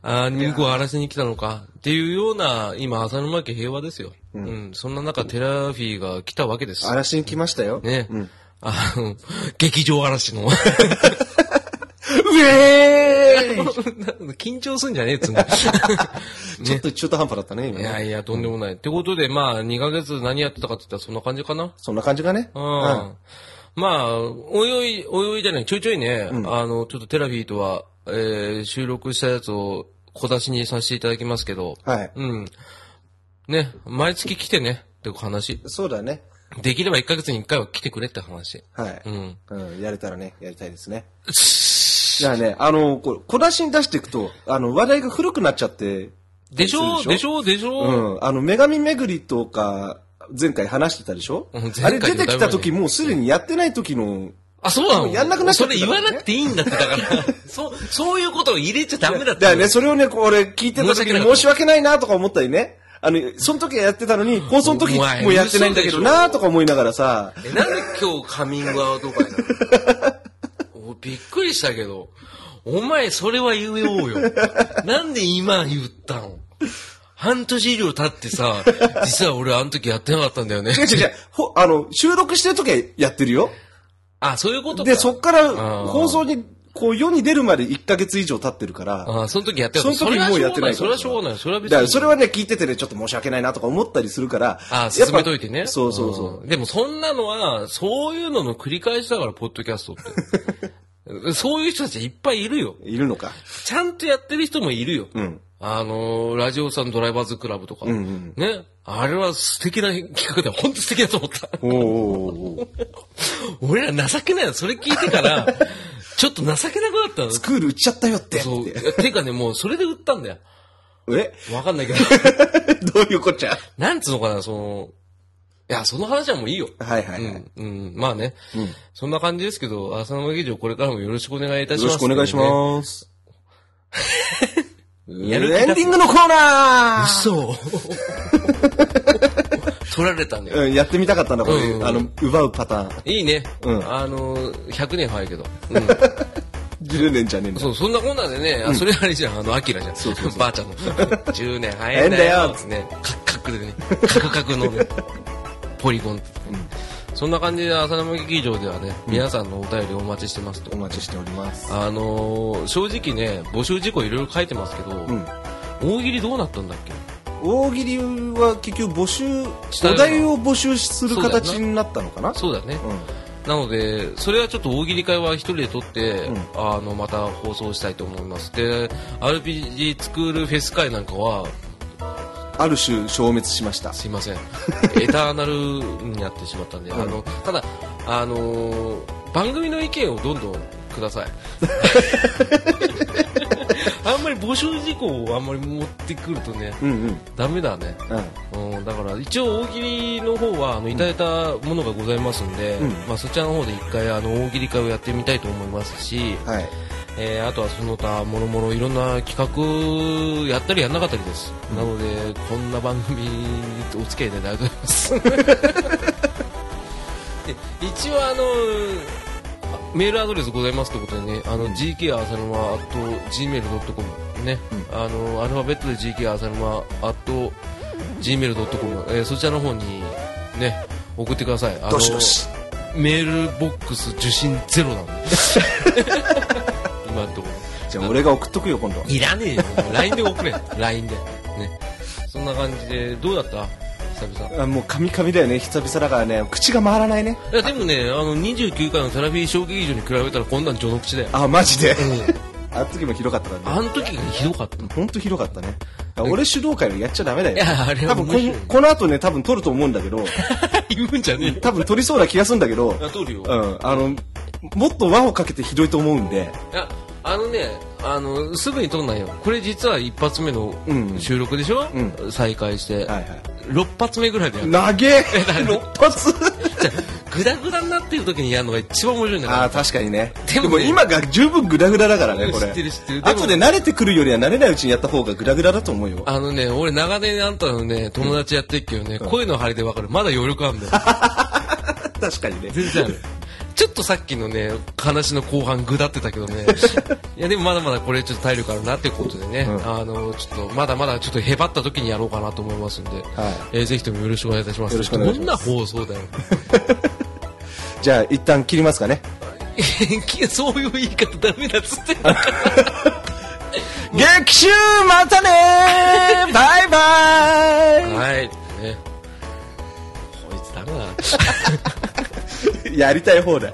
Speaker 1: あ、ニコを荒らしに来たのか。っていうような、今、浅沼家平和ですよ。うん。そんな中、テラフィーが来たわけです。
Speaker 2: 嵐に来ましたよ。
Speaker 1: ね。あの、劇場嵐の。
Speaker 2: うえーい
Speaker 1: 緊張すんじゃねえっつうんだ。
Speaker 2: ちょっと中途半端だったね、今
Speaker 1: い
Speaker 2: ね。
Speaker 1: やいや、とんでもない。ってことで、まあ、2ヶ月何やってたかって言ったらそんな感じかな。
Speaker 2: そんな感じがね。
Speaker 1: うん。
Speaker 2: うん
Speaker 1: まあ、泳い、泳いじゃない、ちょいちょいね、あの、ちょっとテラフィーとは、えー収録したやつを小出しにさせていただきますけど、
Speaker 2: はい。
Speaker 1: うん。ね、毎月来てね、って話。
Speaker 2: そうだね。
Speaker 1: できれば1ヶ月に1回は来てくれって話。
Speaker 2: はい。
Speaker 1: うん。
Speaker 2: うん、やれたらね、やりたいですね。じゃあね、あの、これ、小出しに出していくと、あの、話題が古くなっちゃって。
Speaker 1: でしょでしょでしょ、
Speaker 2: うん。あの、女神巡りとか、前回話してたでしょ、
Speaker 1: うん前回
Speaker 2: あれ出てきた時、もうすでにやってない時の、
Speaker 1: あ、そうなの
Speaker 2: やんなくなっち
Speaker 1: そ
Speaker 2: ゃって
Speaker 1: れ
Speaker 2: た
Speaker 1: 言
Speaker 2: から
Speaker 1: わ
Speaker 2: ね
Speaker 1: なくていいんだって、だから。 そう、そういうことを入れちゃダメだ
Speaker 2: だ
Speaker 1: っ
Speaker 2: か
Speaker 1: て。
Speaker 2: らね、それをね、これ聞いてた時に申し訳ないなとか思ったりね。あの、その時はやってたのに、放送の時
Speaker 1: お前
Speaker 2: もうやってないんだけどなとか思いながらさ、
Speaker 1: え、なんで今日カミングアウト会なの おびっくりしたけど、お前それは言おう よ。なんで今言ったの半年以上経って さ、実は俺あの時やってなかったんだよね。
Speaker 2: 違う違う違う、ほあの、収録してる時はやってるよ。
Speaker 1: あ、そういうことか。
Speaker 2: で、そっから
Speaker 1: あー
Speaker 2: 放送に、こう世に出るまで1ヶ月以上経ってるから、
Speaker 1: あその時やってなかった。
Speaker 2: その時もうやってない
Speaker 1: それはしょうがない。それは
Speaker 2: だ
Speaker 1: 別
Speaker 2: から
Speaker 1: に。
Speaker 2: それはね、聞いててね、ちょっと申し訳ないなとか思ったりするから、
Speaker 1: あ、
Speaker 2: やっ
Speaker 1: 進
Speaker 2: ぱ
Speaker 1: めといてね。
Speaker 2: そうそうそう。
Speaker 1: うん。でもそんなのは、そういうのの繰り返しだから、ポッドキャストって。 そういう人たちいっぱいいるよ。
Speaker 2: いるのか。
Speaker 1: ちゃんとやってる人もいるよ。
Speaker 2: ん
Speaker 1: あのーラジオさんドライバーズクラブとか。
Speaker 2: ん
Speaker 1: ね。あれは素敵な企画で、本当素敵だと思った。
Speaker 2: おーおーおー
Speaker 1: 俺ら情けないの。それ聞いてから、ちょっと情けなくなったの。
Speaker 2: スクール売っちゃったよって。
Speaker 1: そう。
Speaker 2: って
Speaker 1: てかね、もうそれで売ったんだよ。
Speaker 2: え
Speaker 1: わかんないけど。
Speaker 2: どういうこっちゃ
Speaker 1: なんつうのかな、その、いや、その話はもういいよ。
Speaker 2: はいはいは
Speaker 1: う
Speaker 2: い。
Speaker 1: ん、うん、まあね、そんな感じですけど、浅沼劇場これからもよろしくお願いいたし
Speaker 2: よ
Speaker 1: ます、
Speaker 2: ろしくお願いし
Speaker 1: す。
Speaker 2: ます。
Speaker 1: やる気出
Speaker 2: エ
Speaker 1: す
Speaker 2: ンディングのコーナー
Speaker 1: そう。 取られたね。
Speaker 2: うん、やってみたかったな、これ。
Speaker 1: うん
Speaker 2: あの、奪うパターン。
Speaker 1: いいね。
Speaker 2: うん
Speaker 1: あの、100年早いけど。うん。
Speaker 2: 10年じゃねえん だ。
Speaker 1: そう、そんなこんなんでね、あ、それあれじゃん、あの、アキラじゃん。ばあちゃん の。10年早いんだ
Speaker 2: 早いんだよ
Speaker 1: よ。つってね。カッカクでね。カクカクのね、ポリゴン。そんな感じで、浅沼劇場ではね、皆さんのお便りお待ちしてますと
Speaker 2: お。待ちしております。
Speaker 1: あのー正直ね、募集事項いろいろ書いてますけど、
Speaker 2: ん
Speaker 1: 大喜利どうなったんだっけ
Speaker 2: 大喜利は結局募集、
Speaker 1: したよ
Speaker 2: お
Speaker 1: な
Speaker 2: 題を募集する
Speaker 1: そうだよな
Speaker 2: 形になったのかな
Speaker 1: そうだね。
Speaker 2: うん。
Speaker 1: なので、それはちょっと大喜利会は一人で撮って、あの、また放送したいと思います。で、RPG スクールフェス会なんかは、
Speaker 2: ある種消滅しました。
Speaker 1: すいません。エターナルになってしまったんで、あの、ただ、あのー番組の意見をどんどんください。あんまり募集事項をあんまり持ってくるとね、
Speaker 2: うんうん。うん。
Speaker 1: ダメだね。うん、だから一応大喜利の方はあのいただいたものがございますんで、
Speaker 2: ん
Speaker 1: まあ、そちらの方で一回あの大喜利会をやってみたいと思いますし、
Speaker 2: はい。
Speaker 1: えーあとはその他もろもろいろんな企画やったりやんなかったりです、なのでこんな番組とお付き合いいただいてありがとうございます で一応あのあメールアドレスございますってことでね、あの、GK アサルマ at gmail.com ね、あの、アルファベットで GK アサルマ at gmail.com、えーそちらの方にね、送ってください。あの
Speaker 2: どしどし。
Speaker 1: メールボックス受信ゼロなんで今のとこ
Speaker 2: じゃあ俺が送っとくよ、今度
Speaker 1: ろ。いらねえよもう LINE で送れ LINE でねそんな感じでどうだった久々
Speaker 2: あもうカミカミだよね、久々だからね。口が回らないね。
Speaker 1: いやでもねあの29回のテラフィー小劇場に比べたらこんなん序の口だよ
Speaker 2: あ、マジで。 あの時もひどかったからね。
Speaker 1: あの時がひどかったい
Speaker 2: ほんとひどかったね。俺主導会はやっちゃダメだよ。
Speaker 1: やあれ
Speaker 2: 多
Speaker 1: は
Speaker 2: 分
Speaker 1: 面白い
Speaker 2: こんこの後ね、多分撮ると思うんだけど、
Speaker 1: 言うんじゃね
Speaker 2: 多分撮りそうな気がするんだけど
Speaker 1: え、や通るよ
Speaker 2: うん、あの、もっと輪をかけてひどいと思うんで、
Speaker 1: いやあのね、あの、すぐに撮んないよ。これ実は一発目の
Speaker 2: うん
Speaker 1: 収録でしょ、
Speaker 2: う
Speaker 1: 再開して。
Speaker 2: はいはい。
Speaker 1: 六発目ぐらいでやる。
Speaker 2: 投げ 六発
Speaker 1: じゃあグダグダになってる時にやるのが一番面白いんだ
Speaker 2: あ
Speaker 1: か
Speaker 2: あ、確かにね。
Speaker 1: で
Speaker 2: で
Speaker 1: も
Speaker 2: も今が十分グダグダだからね、これ。
Speaker 1: 知ってる知ってるでも
Speaker 2: 後で慣れてくるよりは慣れないうちにやった方がグダグダだと思うよ。
Speaker 1: ら。あのね、俺長年あんたのね、友達やってっけどね、声の張りでわかる。まだ余力あんだ よ。
Speaker 2: 確かにね。
Speaker 1: 全然ある。ちょっとさっきのね、話の後半ぐだってたけど ね。いや、でもまだまだこれちょっと体力あるなっていうことでね。
Speaker 2: ん
Speaker 1: あの、ちょっと、まだまだちょっとへばった時にやろうかなと思いますんで。えーぜひともよろしくお願いいたします。
Speaker 2: よろしくお願いしま
Speaker 1: どんな放送だよ。
Speaker 2: じゃあ、一旦切ります かね。
Speaker 1: いやそういう言い方ダメだっつ って。
Speaker 2: 劇中またねーバイバ
Speaker 1: はい。ね。こいつダメだな。
Speaker 2: イやりたい方だ。